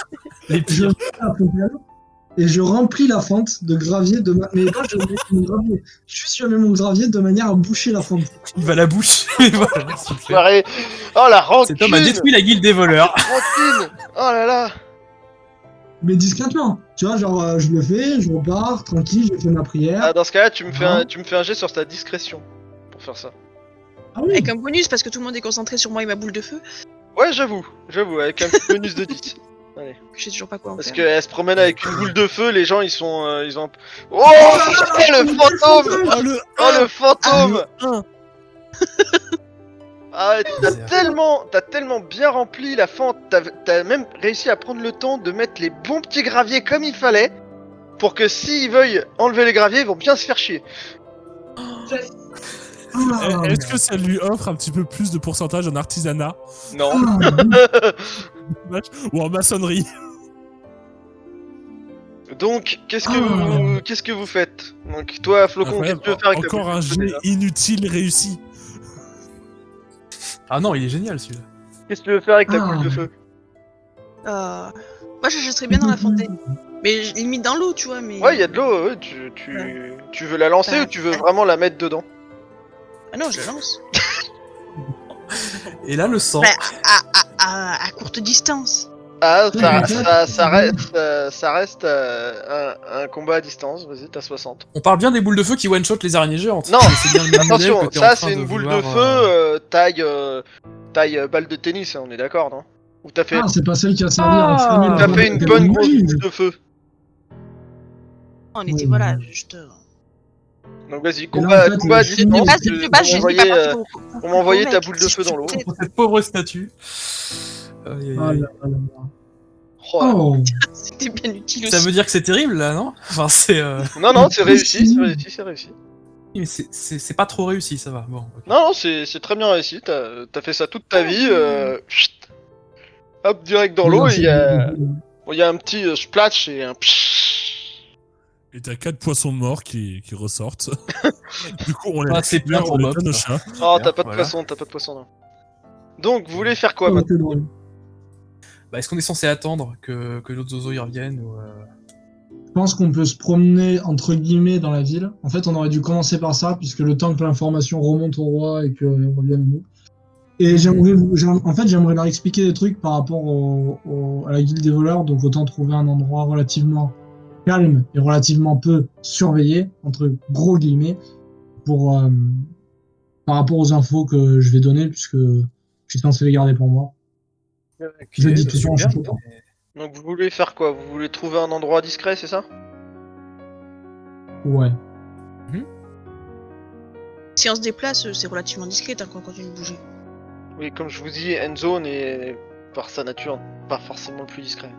Speaker 4: les
Speaker 2: je
Speaker 4: pires.
Speaker 2: vais à la fontaine et je remplis la fente de gravier de ma... Mais là, je mets mon gravier. Je suis mets mon gravier de manière à boucher la fente.
Speaker 4: Il va à la bouche. [LAUGHS] Et voilà, super.
Speaker 1: Soirée. Oh la
Speaker 4: Cet
Speaker 1: rancune,
Speaker 4: homme a détruit la guilde des voleurs.
Speaker 1: rancune. Oh là là.
Speaker 2: Mais discrètement. Tu vois, genre, euh, je le fais, je repars, tranquille, j'ai fait ma prière.
Speaker 1: Ah, dans ce cas-là, tu me fais un,
Speaker 2: Non.
Speaker 1: tu me fais un jet sur ta discrétion pour faire ça.
Speaker 2: Ah oui
Speaker 5: Avec un bonus parce que tout le monde est concentré sur moi et ma boule de feu.
Speaker 1: Ouais, j'avoue, j'avoue, avec un petit bonus de [LAUGHS] 10.
Speaker 5: que Je sais toujours pas quoi en
Speaker 1: Parce
Speaker 5: faire.
Speaker 1: qu'elle se promène avec une boule de feu, les gens ils sont. euh, ils ont... un p- Oh, le fantôme
Speaker 3: Ah, le
Speaker 1: Oh le fantôme
Speaker 3: un.
Speaker 1: [LAUGHS] Ah, t'as
Speaker 4: Zéro.
Speaker 1: tellement, t'as tellement bien rempli la fente, t'as, t'as même réussi à prendre le temps de mettre les bons petits graviers comme il fallait, pour que s'ils veuillent enlever les graviers, ils vont bien se faire chier.
Speaker 2: Ah,
Speaker 3: Eh, Est-ce que ça lui offre un petit peu plus de pourcentage en artisanat
Speaker 1: Non.
Speaker 2: ah,
Speaker 3: ou en maçonnerie
Speaker 1: Donc, qu'est-ce que
Speaker 2: Ah.
Speaker 1: vous, qu'est-ce que vous faites Donc, toi, Flocon, qu'est-ce
Speaker 3: Incroyable.
Speaker 1: que tu veux faire avec ta
Speaker 3: Encore
Speaker 1: boule
Speaker 3: un
Speaker 1: de feu,
Speaker 3: jet
Speaker 1: déjà
Speaker 3: inutile réussi.
Speaker 4: Ah non, il est génial celui-là.
Speaker 1: Qu'est-ce que tu veux faire avec ta
Speaker 2: Ah.
Speaker 1: boule de feu
Speaker 5: Euh, Moi je, je serais bien dans la fontaine. Mais je- limite dans l'eau, tu vois. Mais...
Speaker 1: Ouais, il y a de l'eau, ouais, tu, tu, tu veux la lancer
Speaker 5: Bah,
Speaker 1: ou tu veux vraiment la mettre dedans
Speaker 5: Ah non, je la lance.
Speaker 4: Et là, le sang.
Speaker 5: Bah, à, à, à, à courte distance.
Speaker 1: Ah, ça,
Speaker 2: Ouais.
Speaker 1: ça, ça reste, euh, ça reste euh, un, un combat à distance, vas-y, t'as 60.
Speaker 4: On parle bien des boules de feu qui one-shot les araignées géantes.
Speaker 1: Non,
Speaker 4: Mais c'est bien le même modèle
Speaker 1: Attention,
Speaker 4: que t'es en
Speaker 1: ça
Speaker 4: train
Speaker 1: c'est une boule de
Speaker 4: vouloir,
Speaker 1: feu
Speaker 4: euh,
Speaker 1: euh, taille, euh, taille euh, balle de tennis, hein, on est d'accord, non Ou t'as fait,
Speaker 2: ah, c'est pas celle qui a servi à
Speaker 4: Ah.
Speaker 2: enflammer la
Speaker 1: t'as
Speaker 2: fente
Speaker 1: fait une
Speaker 2: de
Speaker 1: bonne
Speaker 2: Gabriel.
Speaker 1: grosse boule de feu.
Speaker 5: On était,
Speaker 2: Ouais.
Speaker 5: voilà, juste. euh,
Speaker 1: Donc vas-y,
Speaker 2: en
Speaker 1: combat,
Speaker 2: fait,
Speaker 1: combat à
Speaker 2: le film-
Speaker 5: De
Speaker 1: distance.
Speaker 5: base,
Speaker 1: tu-
Speaker 5: de base,
Speaker 1: pour
Speaker 5: je
Speaker 1: envoyer, euh,
Speaker 5: pas
Speaker 1: pour m'envoyer ta boule de feu dans l'eau.
Speaker 4: Pour cette pauvre statue. Aïe, aïe,
Speaker 2: Ah
Speaker 4: aïe.
Speaker 2: là là là là.
Speaker 1: oh là là.
Speaker 2: Oh
Speaker 5: C'était bien utile
Speaker 4: Ça
Speaker 5: aussi.
Speaker 4: veut dire que c'est terrible là, non Enfin, c'est. euh,
Speaker 1: Non, non, c'est
Speaker 2: Qu'est-ce
Speaker 1: réussi,
Speaker 2: qu'il
Speaker 1: c'est
Speaker 2: dit
Speaker 1: réussi, c'est réussi.
Speaker 4: Mais c'est- c'est c'est pas trop réussi, ça va. Bon. ok.
Speaker 1: Non, non, c'est c'est très bien réussi, t'as t'as fait ça toute ta vie. euh, chut. hop, direct dans l'eau,
Speaker 2: Non,
Speaker 1: il
Speaker 2: c'est-
Speaker 1: y a,
Speaker 2: Oh,
Speaker 1: bon, il y a un petit euh, splash et un pshhh.
Speaker 3: Et t'as quatre poissons morts qui, qui ressortent. du coup, on les
Speaker 4: Ah, c'est
Speaker 3: récupère,
Speaker 4: plein
Speaker 3: on les
Speaker 4: au
Speaker 3: donne au
Speaker 4: bob.
Speaker 3: chat.
Speaker 1: Oh, t'as
Speaker 4: D'ailleurs,
Speaker 1: pas de
Speaker 4: voilà.
Speaker 1: poisson, t'as pas de poisson, non. Donc, vous voulez faire quoi
Speaker 2: Oh,
Speaker 1: maintenant
Speaker 2: c'est drôle.
Speaker 4: Bah, Est-ce qu'on est censé attendre que, que l'autre zozo y revienne ou, euh,
Speaker 2: Je pense qu'on peut se promener entre guillemets dans la ville. En fait, on aurait dû commencer par ça, puisque le temps que l'information remonte au roi et que euh, revienne à nous. Et j'aimerais, vous- j'aim- en fait, j'aimerais leur expliquer des trucs par rapport au- au- à la guilde des voleurs. Donc, autant trouver un endroit relativement calme et relativement peu surveillé, entre gros guillemets, pour euh, par rapport aux infos que je vais donner, puisque je suis censé les garder pour moi. Je dis toujours en
Speaker 4: super,
Speaker 2: chuchotant.
Speaker 4: mais-
Speaker 1: Donc, vous voulez faire quoi Vous voulez trouver un endroit discret, c'est ça
Speaker 2: Ouais.
Speaker 5: Si on se déplace, euh, c'est relativement discret tant qu'on continue de bouger.
Speaker 1: Oui, comme je vous dis, Enzo n'est par sa nature pas forcément le plus discret.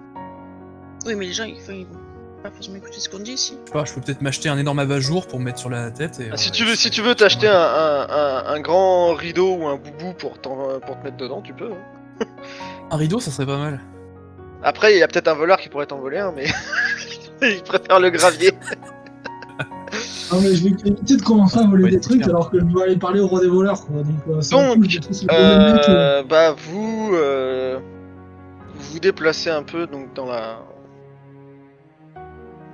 Speaker 5: Oui, mais les gens, ils, enfin, ils vont pas forcément écouter ce qu'on dit ici.
Speaker 4: Je sais pas, je peux peut-être m'acheter un énorme abat-jour pour me mettre sur la tête. Et,
Speaker 1: Ah, si
Speaker 4: euh,
Speaker 1: tu veux, si
Speaker 4: c'est-
Speaker 1: tu veux t'acheter un, un- un- un grand rideau ou un boubou pour, t'en- pour te mettre dedans, tu peux. hein.
Speaker 4: Un rideau, ça serait pas mal.
Speaker 1: Après, il y a peut-être un voleur qui pourrait t'en voler un, mais [LAUGHS] il préfère le gravier.
Speaker 2: Non, Ah, mais je vais éviter de commencer à voler
Speaker 4: Ouais,
Speaker 2: des
Speaker 4: c'est
Speaker 2: trucs
Speaker 4: clair.
Speaker 2: alors que je vais aller parler au roi des voleurs, quoi. Donc, euh, c'est
Speaker 1: Donc,
Speaker 2: un coup, je trouve c'est le mec, euh,
Speaker 1: Euh, bah vous euh, vous vous déplacez un peu donc dans la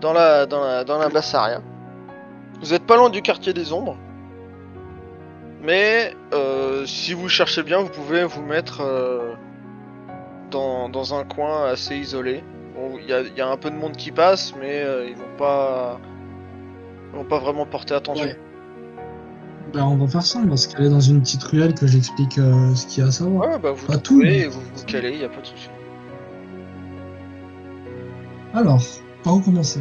Speaker 1: dans la dans la dans la Bassaria. Vous êtes pas loin du quartier des ombres. Mais euh, si vous cherchez bien, vous pouvez vous mettre euh, dans, dans un coin assez isolé. Bon, Il y, a- il y a un peu de monde qui passe, mais euh, ils vont pas ils vont pas vraiment porter attention.
Speaker 2: Ouais. bah, on va faire ça, on va se caler dans une petite ruelle que j'explique euh, ce qu'il y a à savoir.
Speaker 1: Ouais, bah vous
Speaker 2: Pas tout,
Speaker 1: trouvez,
Speaker 2: mais-
Speaker 1: et vous vous calez, y a pas de souci.
Speaker 2: Alors, par où commencer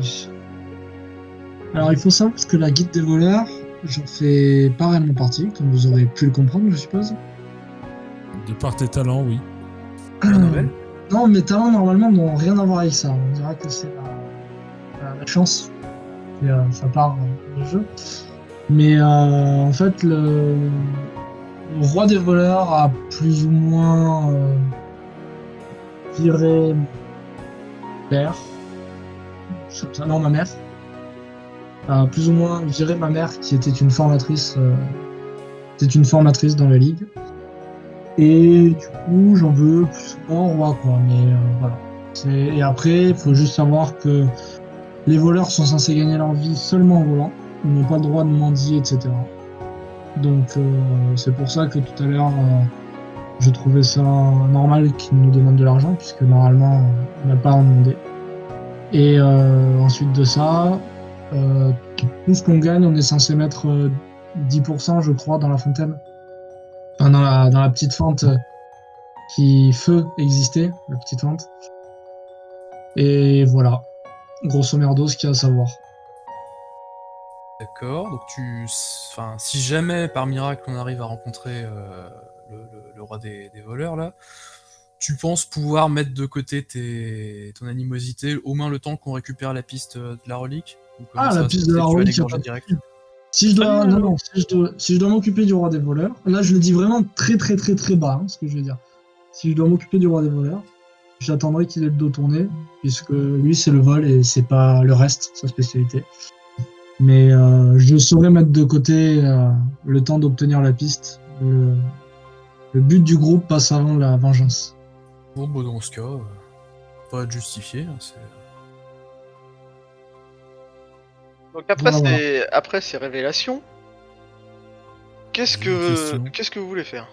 Speaker 2: Alors, il faut savoir que la guide des voleurs, j'en fais pas réellement partie, comme vous aurez pu le comprendre, je suppose.
Speaker 3: De par tes talents, oui.
Speaker 4: Ah, La nouvelle
Speaker 2: Non, mes talents normalement n'ont rien à voir avec ça. On dira que c'est la, la- la chance. Et, euh, ça part euh, du jeu. Mais euh, en fait, le... le roi des voleurs a plus ou moins euh, viré mon père. Je- ça- Non, ma mère. A plus ou moins viré ma mère qui était une formatrice. euh, était une formatrice dans la ligue. Et du coup, j'en veux plus souvent roi, quoi. Mais euh, voilà. C'est- Et après, il faut juste savoir que les voleurs sont censés gagner leur vie seulement en volant. Ils n'ont pas le droit de mendier, etc. Donc, euh, c'est pour ça que tout à l'heure, euh, je trouvais ça normal qu'ils nous demandent de l'argent, puisque normalement, euh, on n'a pas à en demander. Et euh, ensuite de ça, euh, tout ce qu'on gagne, on est censé mettre euh, 10%, je crois, dans la fontaine. Enfin, dans la, dans la petite fente euh, qui feu existait, la petite fente. Et voilà, grosso merdo, ce qu'il y a à savoir.
Speaker 4: D'accord, donc tu. Enfin, si jamais par miracle on arrive à rencontrer euh, le, le- le roi des, des voleurs là, tu penses pouvoir mettre de côté tes, ton animosité au moins le temps qu'on récupère la piste euh, de la relique Ou comment
Speaker 2: Ah,
Speaker 4: ça
Speaker 2: la
Speaker 4: va
Speaker 2: piste
Speaker 4: se
Speaker 2: de
Speaker 4: passer
Speaker 2: la
Speaker 4: Tu vas
Speaker 2: relique,
Speaker 4: l'égorger
Speaker 2: y a pas de
Speaker 4: direct
Speaker 2: souci. Si je dois,
Speaker 3: Ah,
Speaker 2: non, non, si je dois, si je dois m'occuper du roi des voleurs, là je le dis vraiment très très très très bas, hein, ce que je veux dire. Si je dois m'occuper du roi des voleurs, j'attendrai qu'il ait le dos tourné, puisque lui c'est le vol et c'est pas le reste, sa spécialité. Mais euh, je saurais mettre de côté euh, le temps d'obtenir la piste. Le, le but du groupe passe avant la vengeance.
Speaker 4: Bon, bah, dans ce cas, euh, pas justifié. hein, c'est-
Speaker 1: Donc après,
Speaker 2: Voilà,
Speaker 1: ces, après ces révélations, qu'est-ce
Speaker 3: J'ai une
Speaker 1: que
Speaker 3: question.
Speaker 1: qu'est-ce que vous voulez faire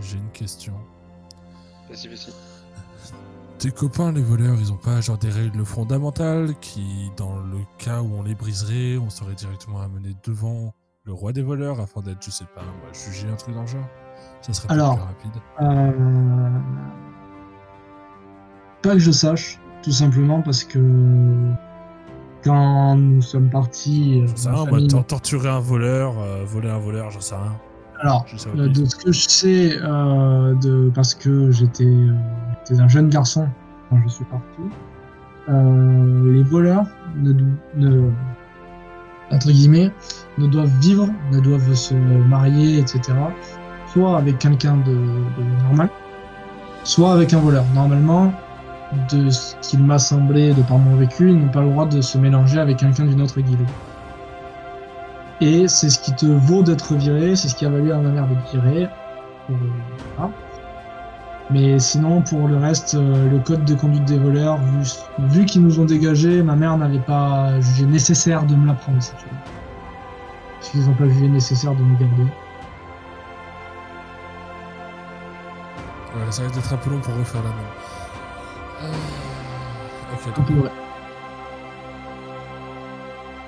Speaker 3: J'ai une question.
Speaker 1: Vas-y, vas-y.
Speaker 3: Tes copains, les voleurs, ils ont pas genre des règles fondamentales qui, dans le cas où on les briserait, on serait directement amené devant le roi des voleurs afin d'être, je sais pas, moi, jugé un truc dans le genre. Ça serait pas
Speaker 2: Alors.
Speaker 3: plus rapide.
Speaker 2: Euh, Pas que je sache, tout simplement parce que quand nous sommes partis, euh,
Speaker 3: J'en sais
Speaker 2: ma
Speaker 3: rien, moi,
Speaker 2: famille-
Speaker 3: tor- torturer un voleur, euh, voler un voleur, j'en sais rien.
Speaker 2: alors
Speaker 3: Je sais pas
Speaker 2: euh,
Speaker 3: plus.
Speaker 2: de ce que je sais, euh, de parce que j'étais euh, j'étais un jeune garçon quand je suis parti, euh, les voleurs ne, do- ne entre guillemets ne doivent vivre, ne doivent se marier, etc. Soit avec quelqu'un de, de normal, soit avec un voleur. Normalement, de ce qu'il m'a semblé, de par mon vécu, ils n'ont pas le droit de se mélanger avec quelqu'un d'une autre guilde. Et c'est ce qui te vaut d'être viré, c'est ce qui a valu à ma mère d'être virée. pour- voilà. Mais sinon, pour le reste, euh, le code de conduite des voleurs, vu, vu qu'ils nous ont dégagés, ma mère n'avait pas jugé nécessaire de me l'apprendre, si tu veux. Parce qu'ils n'ont pas jugé nécessaire de nous garder.
Speaker 3: Ouais, ça risque d'être un peu long pour refaire la même. Ok,
Speaker 2: Un
Speaker 3: donc,
Speaker 2: peu vrai.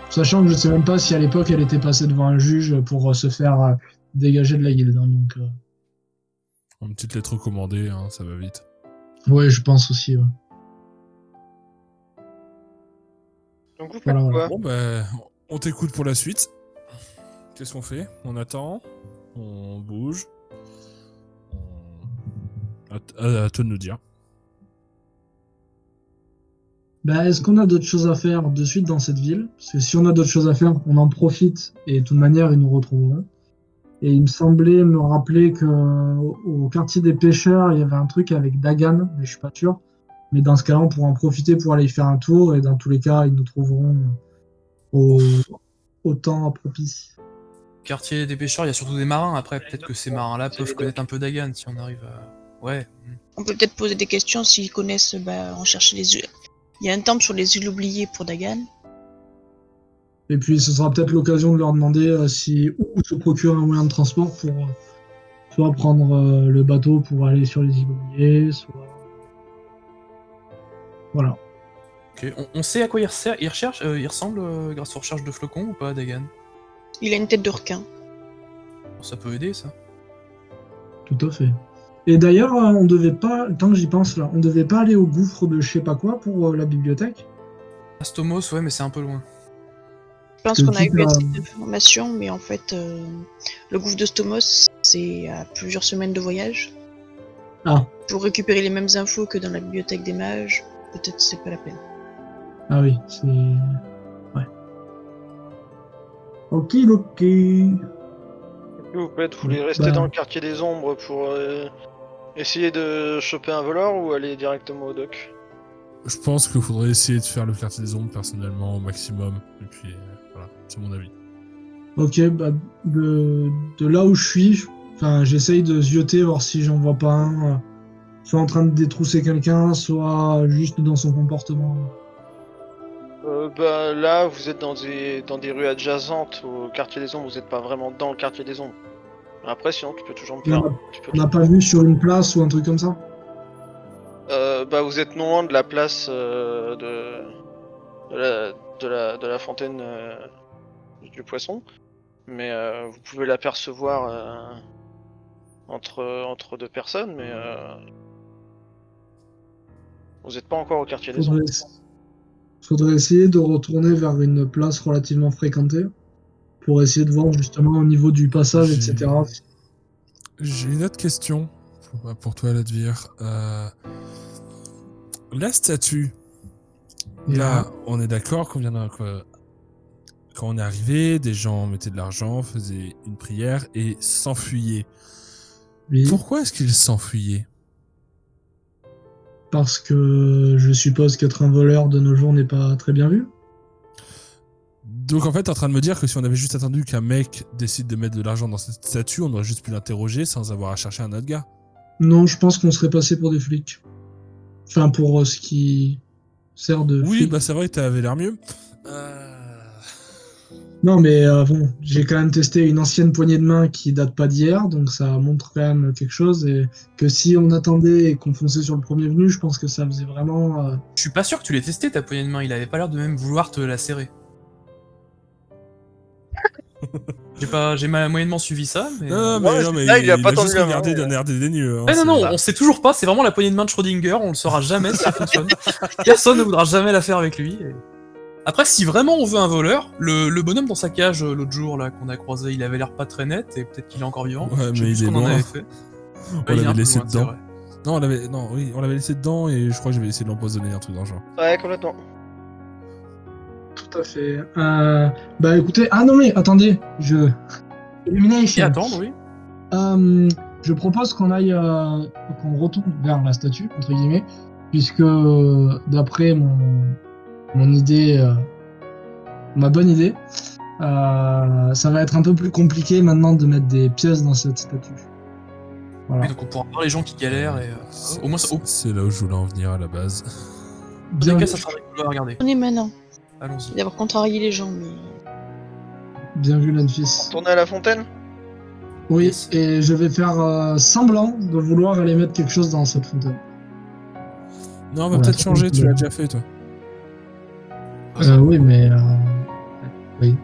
Speaker 2: Sachant que je sais même pas si à l'époque elle était passée devant un juge pour euh, se faire euh, dégager de la guilde. hein, donc, euh,
Speaker 3: une petite lettre recommandée, hein, ça va vite.
Speaker 2: ouais, je pense aussi. ouais.
Speaker 1: Donc vous faites
Speaker 2: Voilà,
Speaker 1: quoi
Speaker 2: voilà.
Speaker 3: Bon, bah, on t'écoute pour la suite. Qu'est-ce qu'on fait On attend On bouge on... À, t- à- à toi de nous dire.
Speaker 2: Bah, est-ce qu'on a d'autres choses à faire de suite dans cette ville Parce que si on a d'autres choses à faire, on en profite et de toute manière, ils nous retrouveront. Et il me semblait me rappeler que au quartier des pêcheurs, il y avait un truc avec Dagan, mais je suis pas sûr. Mais dans ce cas-là, on pourra en profiter pour aller y faire un tour et dans tous les cas, ils nous trouveront euh, au, au temps propice.
Speaker 4: Quartier des pêcheurs, il y a surtout des marins. Après, peut-être que ces marins-là peuvent connaître un peu Dagan si on arrive à. Ouais.
Speaker 5: On peut peut-être poser des questions s'ils connaissent, bah, on cherche les îles. Il y a un temple sur les îles oubliées pour Dagan.
Speaker 2: Et puis ce sera peut-être l'occasion de leur demander euh, si où se procure un moyen de transport pour euh, soit prendre euh, le bateau pour aller sur les îles oubliées, soit. Voilà.
Speaker 4: Ok, On, on sait à quoi il, resser- il recherche, euh, il ressemble euh, grâce aux recherches de flocons ou pas, Dagan
Speaker 5: Il a une tête de requin.
Speaker 4: Ça peut aider ça.
Speaker 2: Tout à fait. Et d'ailleurs, euh, on devait pas, tant que j'y pense là, on devait pas aller au gouffre de je sais pas quoi pour euh, la bibliothèque.
Speaker 4: Astomos, ouais, mais c'est un peu loin.
Speaker 5: Je pense
Speaker 2: Je
Speaker 5: qu'on a
Speaker 2: quitte
Speaker 5: eu
Speaker 2: la-
Speaker 5: assez d'informations, mais en fait, euh, le gouffre de Stomos, c'est à plusieurs semaines de voyage.
Speaker 2: Ah.
Speaker 5: Pour récupérer les mêmes infos que dans la bibliothèque des mages, peut-être c'est pas la peine.
Speaker 2: Ah oui, c'est. Ouais. Ok, ok.
Speaker 1: Vous peut-être vous voulez rester
Speaker 2: Bah.
Speaker 1: dans le quartier des ombres pour euh, essayer de choper un voleur ou aller directement au doc
Speaker 3: Je pense qu'il faudrait essayer de faire le quartier des ombres personnellement au maximum. Et puis euh, voilà, c'est mon avis.
Speaker 2: Ok, bah, de, de là où je suis, je- enfin, j'essaye de zioter, voir si j'en vois pas un, euh, soit en train de détrousser quelqu'un, soit juste dans son comportement.
Speaker 1: Euh, bah, Là, vous êtes dans des, dans des rues adjacentes au quartier des ombres, vous n'êtes pas vraiment dans le quartier des ombres. Après, sinon, tu peux toujours me
Speaker 2: Non,
Speaker 1: faire. tu peux
Speaker 2: On n'a pas vu sur une place ou un truc comme ça
Speaker 1: Euh, bah, vous êtes non loin de la place euh, de... De, la... de la de la fontaine euh, du poisson, mais euh, vous pouvez l'apercevoir euh, entre entre deux personnes, mais euh, vous n'êtes pas encore au quartier des ombres.
Speaker 2: faudrait, faudrait essayer de retourner vers une place relativement fréquentée pour essayer de voir justement au niveau du passage,
Speaker 3: J'ai-
Speaker 2: etc.
Speaker 3: J'ai une autre question pour, pour toi, Ladvir. Euh, la statue, là, on est d'accord qu'on vient d'un- que- Quand on est arrivé, des gens mettaient de l'argent, faisaient une prière et s'enfuyaient.
Speaker 2: Oui,
Speaker 3: Pourquoi est-ce qu'ils s'enfuyaient
Speaker 2: parce que je suppose qu'être un voleur de nos jours n'est pas très bien vu.
Speaker 3: Donc en fait, t'es en train de me dire que si on avait juste attendu qu'un mec décide de mettre de l'argent dans cette statue, on aurait juste pu l'interroger sans avoir à chercher un autre gars.
Speaker 2: Non, je pense qu'on serait passé pour des flics. Enfin, pour euh, ce qui sert de.
Speaker 3: Oui,
Speaker 2: flic.
Speaker 3: bah c'est vrai que t'avais l'air mieux. Euh,
Speaker 2: Non, mais euh, bon, j'ai quand même testé une ancienne poignée de main qui date pas d'hier, donc ça montre quand même quelque chose. Et que si on attendait et qu'on fonçait sur le premier venu, je pense que ça faisait vraiment. euh,
Speaker 4: Je suis pas sûr que tu l'aies testé ta poignée de main, il avait pas l'air de même vouloir te
Speaker 3: [LAUGHS]
Speaker 4: la serrer. j'ai pas, j'ai ma- moyennement suivi ça, mais.
Speaker 3: Non, non,
Speaker 1: Ouais,
Speaker 3: mais, non, mais
Speaker 1: là, il a pas
Speaker 3: m'a
Speaker 1: tendu
Speaker 3: juste
Speaker 1: la main,
Speaker 3: regardé
Speaker 1: ouais.
Speaker 3: d'un air dédaigneux. hein,
Speaker 4: Ah non,
Speaker 3: c'est-
Speaker 4: non, on sait toujours pas, c'est vraiment la poignée de main de Schrödinger, on le saura jamais si ça
Speaker 3: [LAUGHS]
Speaker 4: fonctionne. Personne ne voudra jamais la faire avec lui. et- Après, si vraiment on veut un voleur, le, le bonhomme dans sa cage euh, l'autre jour là qu'on a croisé, il avait l'air pas très net et peut-être qu'il est encore vivant.
Speaker 3: Ouais,
Speaker 4: Je sais
Speaker 3: mais
Speaker 4: plus
Speaker 3: il
Speaker 4: ce
Speaker 3: est
Speaker 4: qu'on en
Speaker 3: mort.
Speaker 4: avait fait. Ouais,
Speaker 3: On
Speaker 4: il est un
Speaker 3: l'avait
Speaker 4: peu
Speaker 3: laissé
Speaker 4: loin, c'est
Speaker 3: dedans.
Speaker 4: vrai.
Speaker 3: Non, on l'avait, non, oui, on l'avait laissé dedans et je crois que j'avais essayé de l'empoisonner un truc dans le genre.
Speaker 1: Ouais, complètement.
Speaker 2: Tout à fait. Euh, bah écoutez, ah non mais attendez, je.
Speaker 4: Et
Speaker 2: Illumination.
Speaker 4: attendre, oui.
Speaker 2: Euh, je propose qu'on aille, euh, qu'on retourne vers la statue entre guillemets, puisque euh, d'après mon mon idée, euh, ma bonne idée, euh, ça va être un peu plus compliqué maintenant de mettre des pièces dans cette statue.
Speaker 4: Oui, donc on pourra voir les gens qui galèrent et euh, au moins ça, au
Speaker 3: C'est là où je voulais en venir à la base.
Speaker 4: pire
Speaker 2: Bien,
Speaker 4: cas ça sera rigolo à regarder.
Speaker 5: On est maintenant,
Speaker 4: Allons-y.
Speaker 5: d'avoir contrarié les gens, mais
Speaker 2: bien vu, Lanfis.
Speaker 1: Tournez à la fontaine.
Speaker 2: Oui,
Speaker 4: Yes.
Speaker 2: et je vais faire euh, semblant de vouloir aller mettre quelque chose dans cette fontaine.
Speaker 3: Non, on va
Speaker 2: Ouais.
Speaker 3: peut-être changer, tu l'as déjà fait, toi.
Speaker 2: Euh, oui, mais euh, oui.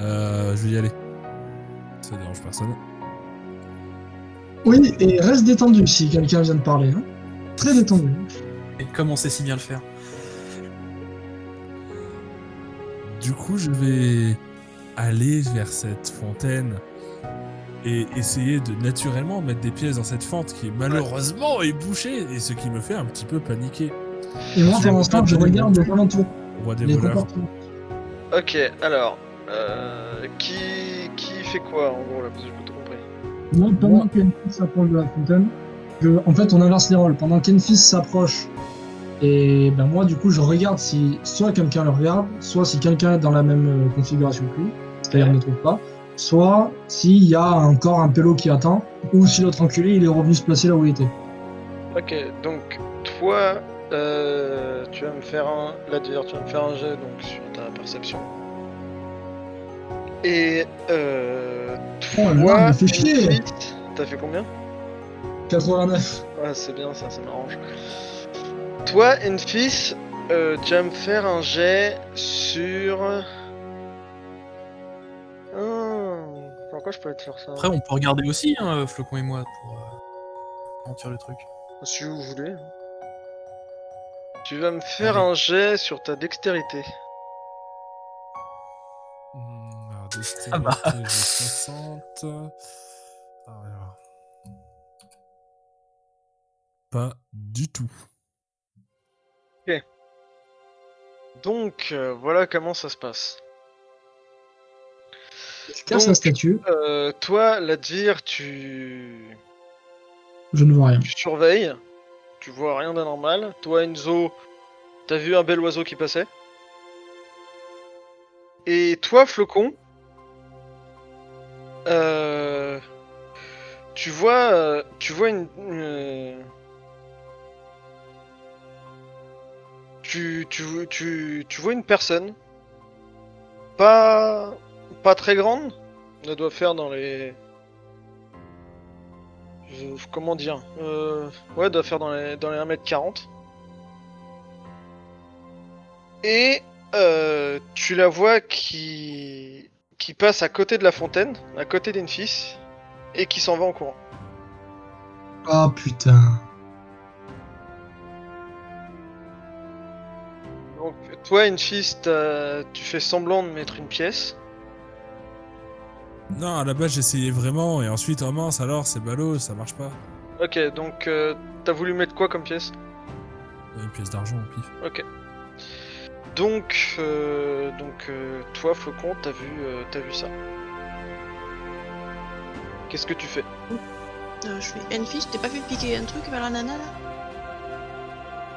Speaker 3: Euh, je vais y aller. Ça dérange personne.
Speaker 2: Oui, et reste détendu si quelqu'un vient de parler. hein. Très détendu.
Speaker 4: Et comme on sait si bien le faire.
Speaker 3: Du coup, je vais aller vers cette fontaine et essayer de naturellement mettre des pièces dans cette fente qui malheureusement est bouchée et ce qui me fait un petit peu paniquer.
Speaker 2: Et moi,
Speaker 3: Je
Speaker 2: pour
Speaker 3: vais
Speaker 2: l'instant,
Speaker 3: pas
Speaker 2: je
Speaker 3: donner
Speaker 2: regarde
Speaker 3: mon-
Speaker 2: les alentours,
Speaker 3: Roi des
Speaker 2: les
Speaker 3: voleurs.
Speaker 2: comportements.
Speaker 1: Ok, alors. euh, qui, qui fait quoi en gros là Parce que j'ai pas tout compris.
Speaker 2: Moi, pendant qu'Enfis s'approche de la fontaine, je- en fait, on inverse les rôles. Pendant qu'Enfis s'approche, et ben moi, du coup, je regarde si soit quelqu'un le regarde, soit si quelqu'un est dans la même euh, configuration que lui, c'est-à-dire ne trouve pas, soit s'il y a encore un pélo qui attend, ou si l'autre enculé, il est revenu se placer là où il était.
Speaker 1: Ok, donc toi, euh, tu vas me faire un. Là d'ailleurs, tu vas me faire un jet donc sur ta perception. Et euh,
Speaker 2: Oh là là,
Speaker 1: toi,
Speaker 2: il me fait chier.
Speaker 1: ensuite- T'as fait combien
Speaker 2: 89.
Speaker 1: Ouais, c'est bien ça, ça m'arrange. Toi, Enfis, euh, tu vas me faire un jet sur. ah, Hmm, pourquoi je peux te faire ça
Speaker 4: Après, on peut regarder aussi, hein, Flocon et moi, pour euh, mentir le truc.
Speaker 1: Si vous voulez. Tu vas me faire un jet sur ta dextérité.
Speaker 3: Hmm, Alors, dextérité,
Speaker 4: Ah bah.
Speaker 3: j'ai 60. Ah, Alors. Pas du tout.
Speaker 1: Donc, euh, voilà comment ça se passe.
Speaker 2: Je casse
Speaker 1: Donc,
Speaker 2: la statue,
Speaker 1: Euh, toi, Ladvir, tu...
Speaker 2: je ne vois rien.
Speaker 1: tu surveilles, tu vois rien d'anormal. Toi, Enzo, t'as vu un bel oiseau qui passait. Et toi, Flocon, euh, tu vois, euh, tu vois une, une- tu, tu, tu, tu vois une personne, pas, pas très grande, elle doit faire dans les je- comment dire euh, Ouais, elle doit faire dans les, dans les 1m40. Et euh, tu la vois qui, qui passe à côté de la fontaine, à côté d'Enfis, et qui s'en va en courant.
Speaker 2: Ah putain.
Speaker 1: Donc toi, Enfis, t'as- tu fais semblant de mettre une pièce.
Speaker 3: Non, à la base, j'essayais vraiment, et ensuite, oh mince, alors, c'est ballot, ça marche pas.
Speaker 1: Ok, donc euh, t'as voulu mettre quoi comme pièce
Speaker 3: Une pièce d'argent au pif.
Speaker 1: Donc, euh, donc euh, toi, Faucon, t'as vu, euh, t'as vu ça. Qu'est-ce que tu fais
Speaker 5: Euh, je fais Enfish, t'es pas fait piquer un truc vers la nana là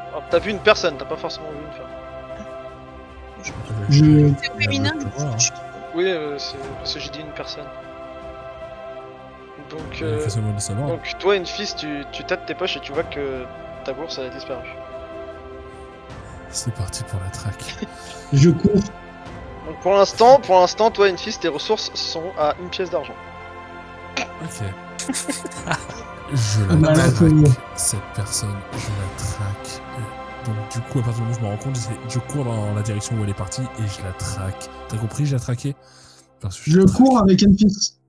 Speaker 1: Alors, Ah, T'as vu une personne, t'as pas forcément vu une femme.
Speaker 2: Je...
Speaker 5: C'est au féminin, du
Speaker 3: je
Speaker 5: coup.
Speaker 3: vois, hein.
Speaker 5: je-
Speaker 1: Oui, euh, c'est parce que j'ai dit une personne. Donc, euh,
Speaker 3: Fais-moi le savoir.
Speaker 2: Oh.
Speaker 1: donc toi, une fille, tu, tu tâtes tes poches et tu vois que ta bourse elle a disparu.
Speaker 3: C'est parti pour la
Speaker 2: [LAUGHS]
Speaker 3: traque.
Speaker 2: je cours.
Speaker 1: Donc pour l'instant, pour l'instant, toi, une fille, tes ressources sont à une pièce d'argent.
Speaker 3: Ok. je
Speaker 2: Ah. On a
Speaker 3: la
Speaker 2: la
Speaker 3: traque.
Speaker 2: commune.
Speaker 3: Cette personne, je la traque. Et Donc, du coup, à partir du moment où je me rends compte, j'essaie- je cours dans la direction où elle est partie et je la traque. T'as compris, je la traquais Parce que
Speaker 2: Je
Speaker 3: la traque.
Speaker 2: cours avec Enfis.